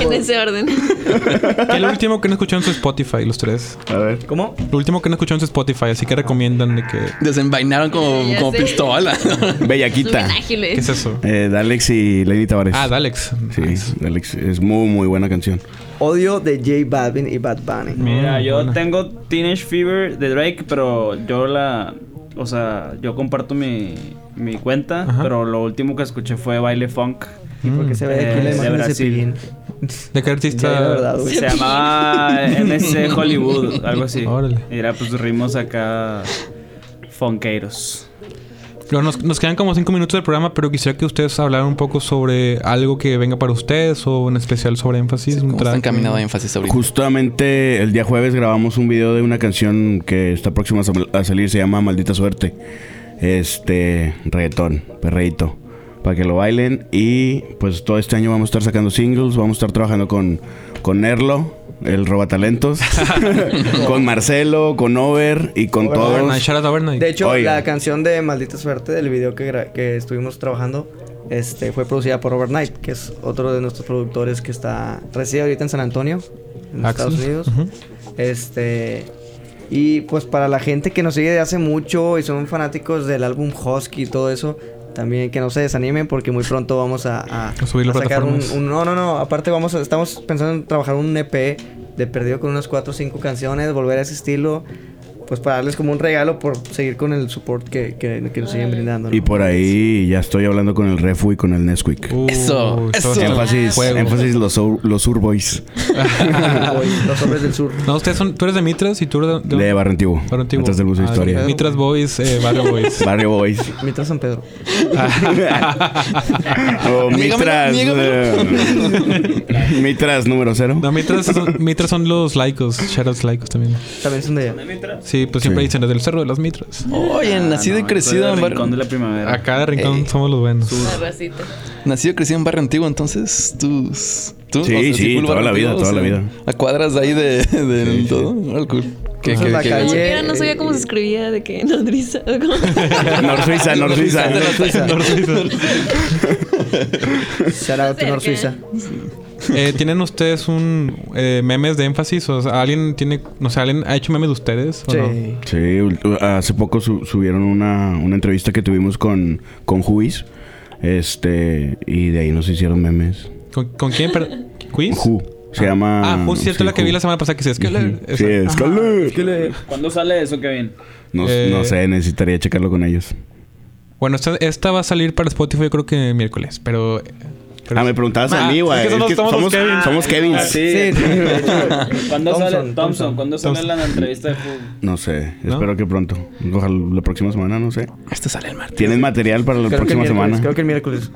Speaker 4: En ese orden.
Speaker 2: ¿Qué es lo último que no escucharon en su Spotify, los tres?
Speaker 5: A ver.
Speaker 6: ¿Cómo?
Speaker 2: Lo último que no escucharon en su Spotify, así que recomiendan de que.
Speaker 3: Desenvainaron como,
Speaker 4: Ya
Speaker 3: como
Speaker 4: sé.
Speaker 3: pistola.
Speaker 4: Son bien
Speaker 5: Bellaquita.
Speaker 2: ¿Qué
Speaker 4: ágiles.
Speaker 2: es eso?
Speaker 5: Eh, Dalex y Lenny Tavares.
Speaker 2: Ah, Dalex.
Speaker 5: Sí, Dalex. Es muy, muy buena canción.
Speaker 6: Odio de J Balvin y Bad Bunny.
Speaker 7: Mira, yo
Speaker 2: buena.
Speaker 7: tengo Teenage Fever de Drake, pero yo la. O sea, yo comparto mi, mi cuenta,
Speaker 2: Ajá.
Speaker 7: pero lo último que escuché fue Baile Funk.
Speaker 6: Y porque se ve
Speaker 7: Eh,
Speaker 6: aquí la
Speaker 7: de
Speaker 6: imagen de
Speaker 7: Brasil.
Speaker 6: Cepillín. Ya,
Speaker 2: ¿De qué
Speaker 6: de
Speaker 2: artista?
Speaker 6: verdad, güey.
Speaker 7: Se llamaba MC Hollywood, algo así.
Speaker 2: Órale.
Speaker 7: Y era pues ritmos acá. Fonqueiros.
Speaker 2: Pero nos, nos quedan como cinco minutos del programa, pero quisiera que ustedes hablaran un poco sobre algo que venga para ustedes o en especial sobre énfasis. un
Speaker 3: Como está
Speaker 2: track.
Speaker 3: encaminado a énfasis ahorita.
Speaker 5: Justamente el día jueves grabamos un video de una canción que está próxima a sal- a salir, se llama Maldita Suerte. Este, reggaetón, perreíto, para que lo bailen. Y pues todo este año vamos a estar sacando singles, vamos a estar trabajando con, con Erlo, el Robatalentos, con Marcelo, con Over y con
Speaker 6: Over,
Speaker 5: todos.
Speaker 2: Overnight, shout out Overnight.
Speaker 6: De hecho,
Speaker 5: Oiga.
Speaker 6: la canción de Maldita Suerte del video que, gra- que estuvimos trabajando este, fue producida por Overnight, que es otro de nuestros productores que está reside ahorita en San Antonio, en
Speaker 2: Axel.
Speaker 6: Estados Unidos.
Speaker 2: Ujú.
Speaker 6: Este. Y pues para la gente que nos sigue de hace mucho y son fanáticos del álbum Husky y todo eso, también que no se desanimen porque muy pronto vamos a, a-
Speaker 2: A subirlo a
Speaker 6: sacar un,
Speaker 2: plataformas.
Speaker 6: un- No, no, no. Aparte, vamos a- estamos pensando en trabajar un EP de perdido con unas 4 o 5 canciones, volver a ese estilo. Pues para darles como un regalo por seguir con el support que, que- que nos siguen brindando. ¿no?
Speaker 5: Y por ahí ya estoy hablando con el Refu y con el Nesquik.
Speaker 2: Uh,
Speaker 3: Eso,
Speaker 2: todo
Speaker 3: eso.
Speaker 5: Énfasis,
Speaker 2: Fuego.
Speaker 5: énfasis los, sur- los Surboys
Speaker 6: Hoy, los hombres del sur.
Speaker 2: No, ustedes son, tú eres de Mitras y tú eres de,
Speaker 5: de Barrio Antiguo.
Speaker 2: Barrio Antiguo.
Speaker 5: Atrás del bus de
Speaker 2: Ah,
Speaker 5: historia.
Speaker 2: Mitras Boys, eh, Barrio Boys.
Speaker 5: Barrio Boys.
Speaker 6: Mientras San Pedro.
Speaker 3: Niégamelo,
Speaker 5: O Mitras.
Speaker 3: niégamelo.
Speaker 5: eh, Mitras número cero.
Speaker 2: No, Mitras son, Mitras son los laicos, shoutouts laicos también.
Speaker 6: También son de allá.
Speaker 2: Sí, pues siempre dicen desde el cerro de las Mitras.
Speaker 3: Oye, Oh,
Speaker 5: Ah,
Speaker 3: nacido y crecido en
Speaker 7: en
Speaker 3: barrio.
Speaker 7: Rincón de la primavera.
Speaker 2: Acá de Rincón
Speaker 3: Ey.
Speaker 2: somos los buenos.
Speaker 4: La racita.
Speaker 3: Nacido y crecido en barrio antiguo, entonces tus. ¿Tú?
Speaker 5: Sí, sí,
Speaker 3: full
Speaker 5: toda
Speaker 3: barrio
Speaker 5: la vida,
Speaker 3: antiguo,
Speaker 5: toda la
Speaker 3: sea,
Speaker 5: vida.
Speaker 3: A cuadras de ahí de, de todo. Órale, cool. Qué-
Speaker 6: Entonces,
Speaker 3: qué-
Speaker 6: la
Speaker 3: qué-
Speaker 4: Ni
Speaker 6: calle-
Speaker 4: siquiera no sabía cómo se escribía de que nodriza. o cómo-
Speaker 5: Nor Suiza, Nor Suiza.
Speaker 6: Shout out to Nor Suiza.
Speaker 2: Eh, ¿Tienen ustedes un eh, memes de énfasis? O sea, ¿alguien tiene, no sé, alguien ha hecho memes de ustedes? o
Speaker 6: Sí.
Speaker 2: no?
Speaker 5: Sí, ul- ah, hace poco su- subieron una, una entrevista que tuvimos con, con Juiz. Este, y de ahí nos hicieron memes.
Speaker 2: ¿Con, con quién? per- ¿Quiz?
Speaker 5: Ju. Se llama.
Speaker 2: Ah, Ju, cierto,
Speaker 5: sí,
Speaker 2: la que
Speaker 5: Ju.
Speaker 2: vi la semana pasada que sí, es que
Speaker 5: Ujú. Sí, es que le-
Speaker 7: ¿Cuándo sale eso, Kevin?
Speaker 5: No,
Speaker 2: Eh.
Speaker 5: no sé, necesitaría checarlo con ellos.
Speaker 2: Bueno, esta, esta va a salir para Spotify yo creo que miércoles, pero... pero
Speaker 5: ah, me preguntabas
Speaker 2: Ah,
Speaker 5: a mí,
Speaker 2: es
Speaker 5: güey.
Speaker 2: que somos-
Speaker 5: Es que
Speaker 2: somos los
Speaker 5: somos,
Speaker 2: Kevins.
Speaker 5: somos Kevins.
Speaker 7: Ah, sí. ¿Cuándo
Speaker 6: Thompson,
Speaker 7: sale Thompson?
Speaker 6: Thompson.
Speaker 7: ¿Cuándo sale la entrevista de Who?
Speaker 5: No sé,
Speaker 2: ¿No?
Speaker 5: espero que pronto. Ojalá la próxima semana, no sé.
Speaker 3: Este sale el martes.
Speaker 5: ¿Tienen material para la
Speaker 6: Creo que el
Speaker 5: próxima
Speaker 6: miércoles,
Speaker 5: semana?
Speaker 6: Creo que el miércoles.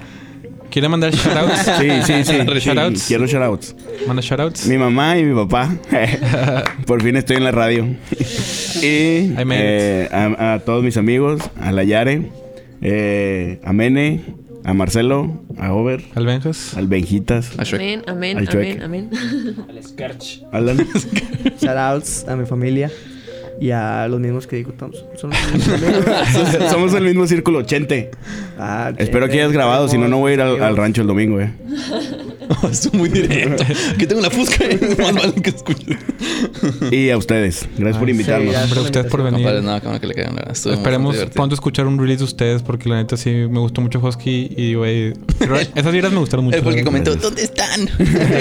Speaker 2: ¿Quiere mandar shoutouts?
Speaker 5: Sí, sí, sí.
Speaker 2: Shoutouts.
Speaker 5: sí, Quiero shoutouts.
Speaker 2: ¿Manda shoutouts?
Speaker 5: Mi mamá y mi papá. Por fin estoy en la radio. y
Speaker 2: I made it.
Speaker 5: eh, a, a todos mis amigos, a la Yare, eh, a Mene, a Marcelo, a Over,
Speaker 2: ¿Albenjas?
Speaker 5: al Benjitas,
Speaker 3: A Ah, Shrek.
Speaker 4: Amén, amén,
Speaker 5: Al
Speaker 4: amén,
Speaker 5: chueque.
Speaker 4: amén.
Speaker 7: Al Scarch.
Speaker 5: Alan.
Speaker 6: Shout outs a mi familia. y a los mismos que dijo Thompson. Son los mismos amigos.
Speaker 5: Somos el mismo círculo, 80.
Speaker 6: Ah,
Speaker 5: Espero que hayas grabado, si no, no voy a ir al, al rancho el domingo, eh.
Speaker 3: Estoy Oh, muy directo. Que tengo una fusca. Es más vale que escuche.
Speaker 5: Y a ustedes, gracias por
Speaker 6: sí,
Speaker 5: invitarnos.
Speaker 6: gracias.
Speaker 2: Hombre, ustedes por venir.
Speaker 3: Compadres, no, cámara que le quedan.
Speaker 2: Esperemos pronto escuchar un release de ustedes porque la neta sí me gustó mucho Husky y güey. pero Esas vibras me gustaron mucho.
Speaker 3: Él fue el que comentó: ¿Dónde están? Hacemos
Speaker 2: era-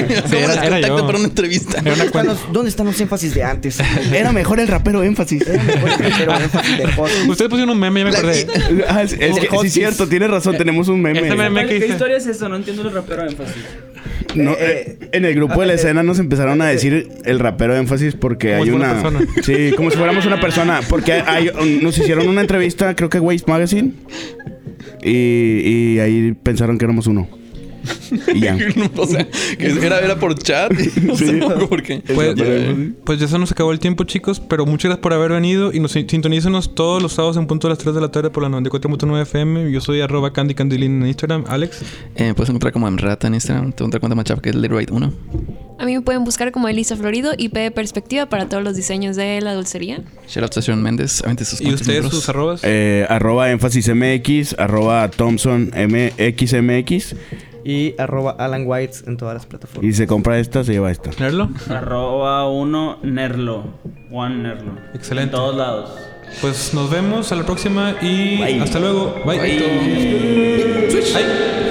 Speaker 2: era
Speaker 3: contacto
Speaker 2: yo.
Speaker 3: para una entrevista.
Speaker 2: Era una
Speaker 6: ¿Dónde están,
Speaker 2: cuenta-
Speaker 6: los, ¿Dónde están los énfasis de antes?
Speaker 5: Era mejor el rapero énfasis.
Speaker 6: Era mejor el primero, énfasis de podcast.
Speaker 2: Ustedes pusieron un meme, ya me acordé.
Speaker 5: Ah, es, es que, sí, es cierto, tienes razón, tenemos un meme.
Speaker 2: Oh, Ese meme-
Speaker 7: ¿Cuál-
Speaker 2: que
Speaker 7: ¿Qué
Speaker 2: hice.
Speaker 7: historia es eso? No entiendo el rapero énfasis.
Speaker 5: No, eh, en el grupo de la escena nos empezaron a decir el rapero énfasis porque
Speaker 2: eh, Como
Speaker 5: hay
Speaker 2: si fuera
Speaker 5: una.
Speaker 2: una persona.
Speaker 5: Sí, como si fuéramos una persona. Porque hay- un- nos hicieron una entrevista, creo que Waste Magazine. Y, y ahí pensaron que éramos uno. Y ya.
Speaker 3: o sea, que era, era por chat. No sé por qué.
Speaker 2: Pues,
Speaker 3: Ya, ya.
Speaker 2: pues ya se nos acabó el tiempo, chicos. Pero muchas gracias por haber venido. Y nos sin- sintonícenos todos los sábados en punto de las 3 de la tarde por la 94.9 FM. Yo soy arroba Candy Candilín en Instagram. Alex.
Speaker 3: Eh, puedes encontrar como Amrata en Instagram. Te encontrar cuenta más chava que es Leroy 1.
Speaker 4: A mí me pueden buscar como Elisa Florido y P de Perspectiva para todos los diseños de la dulcería.
Speaker 3: Shout out a Sharon Méndez. Avente sus
Speaker 2: Y ustedes,
Speaker 3: libros.
Speaker 2: sus arrobas.
Speaker 5: Eh, arroba énfasis MX, arroba Thompson MXMX.
Speaker 6: Y arroba Alan Whites en todas las plataformas.
Speaker 5: Y se compra esta, se lleva esta.
Speaker 2: Nerlo.
Speaker 7: Arroba uno Nerlo. Juan Nerlo.
Speaker 2: Excelente.
Speaker 7: En todos lados.
Speaker 2: Pues nos vemos a la próxima y hasta luego. Bye. Bye.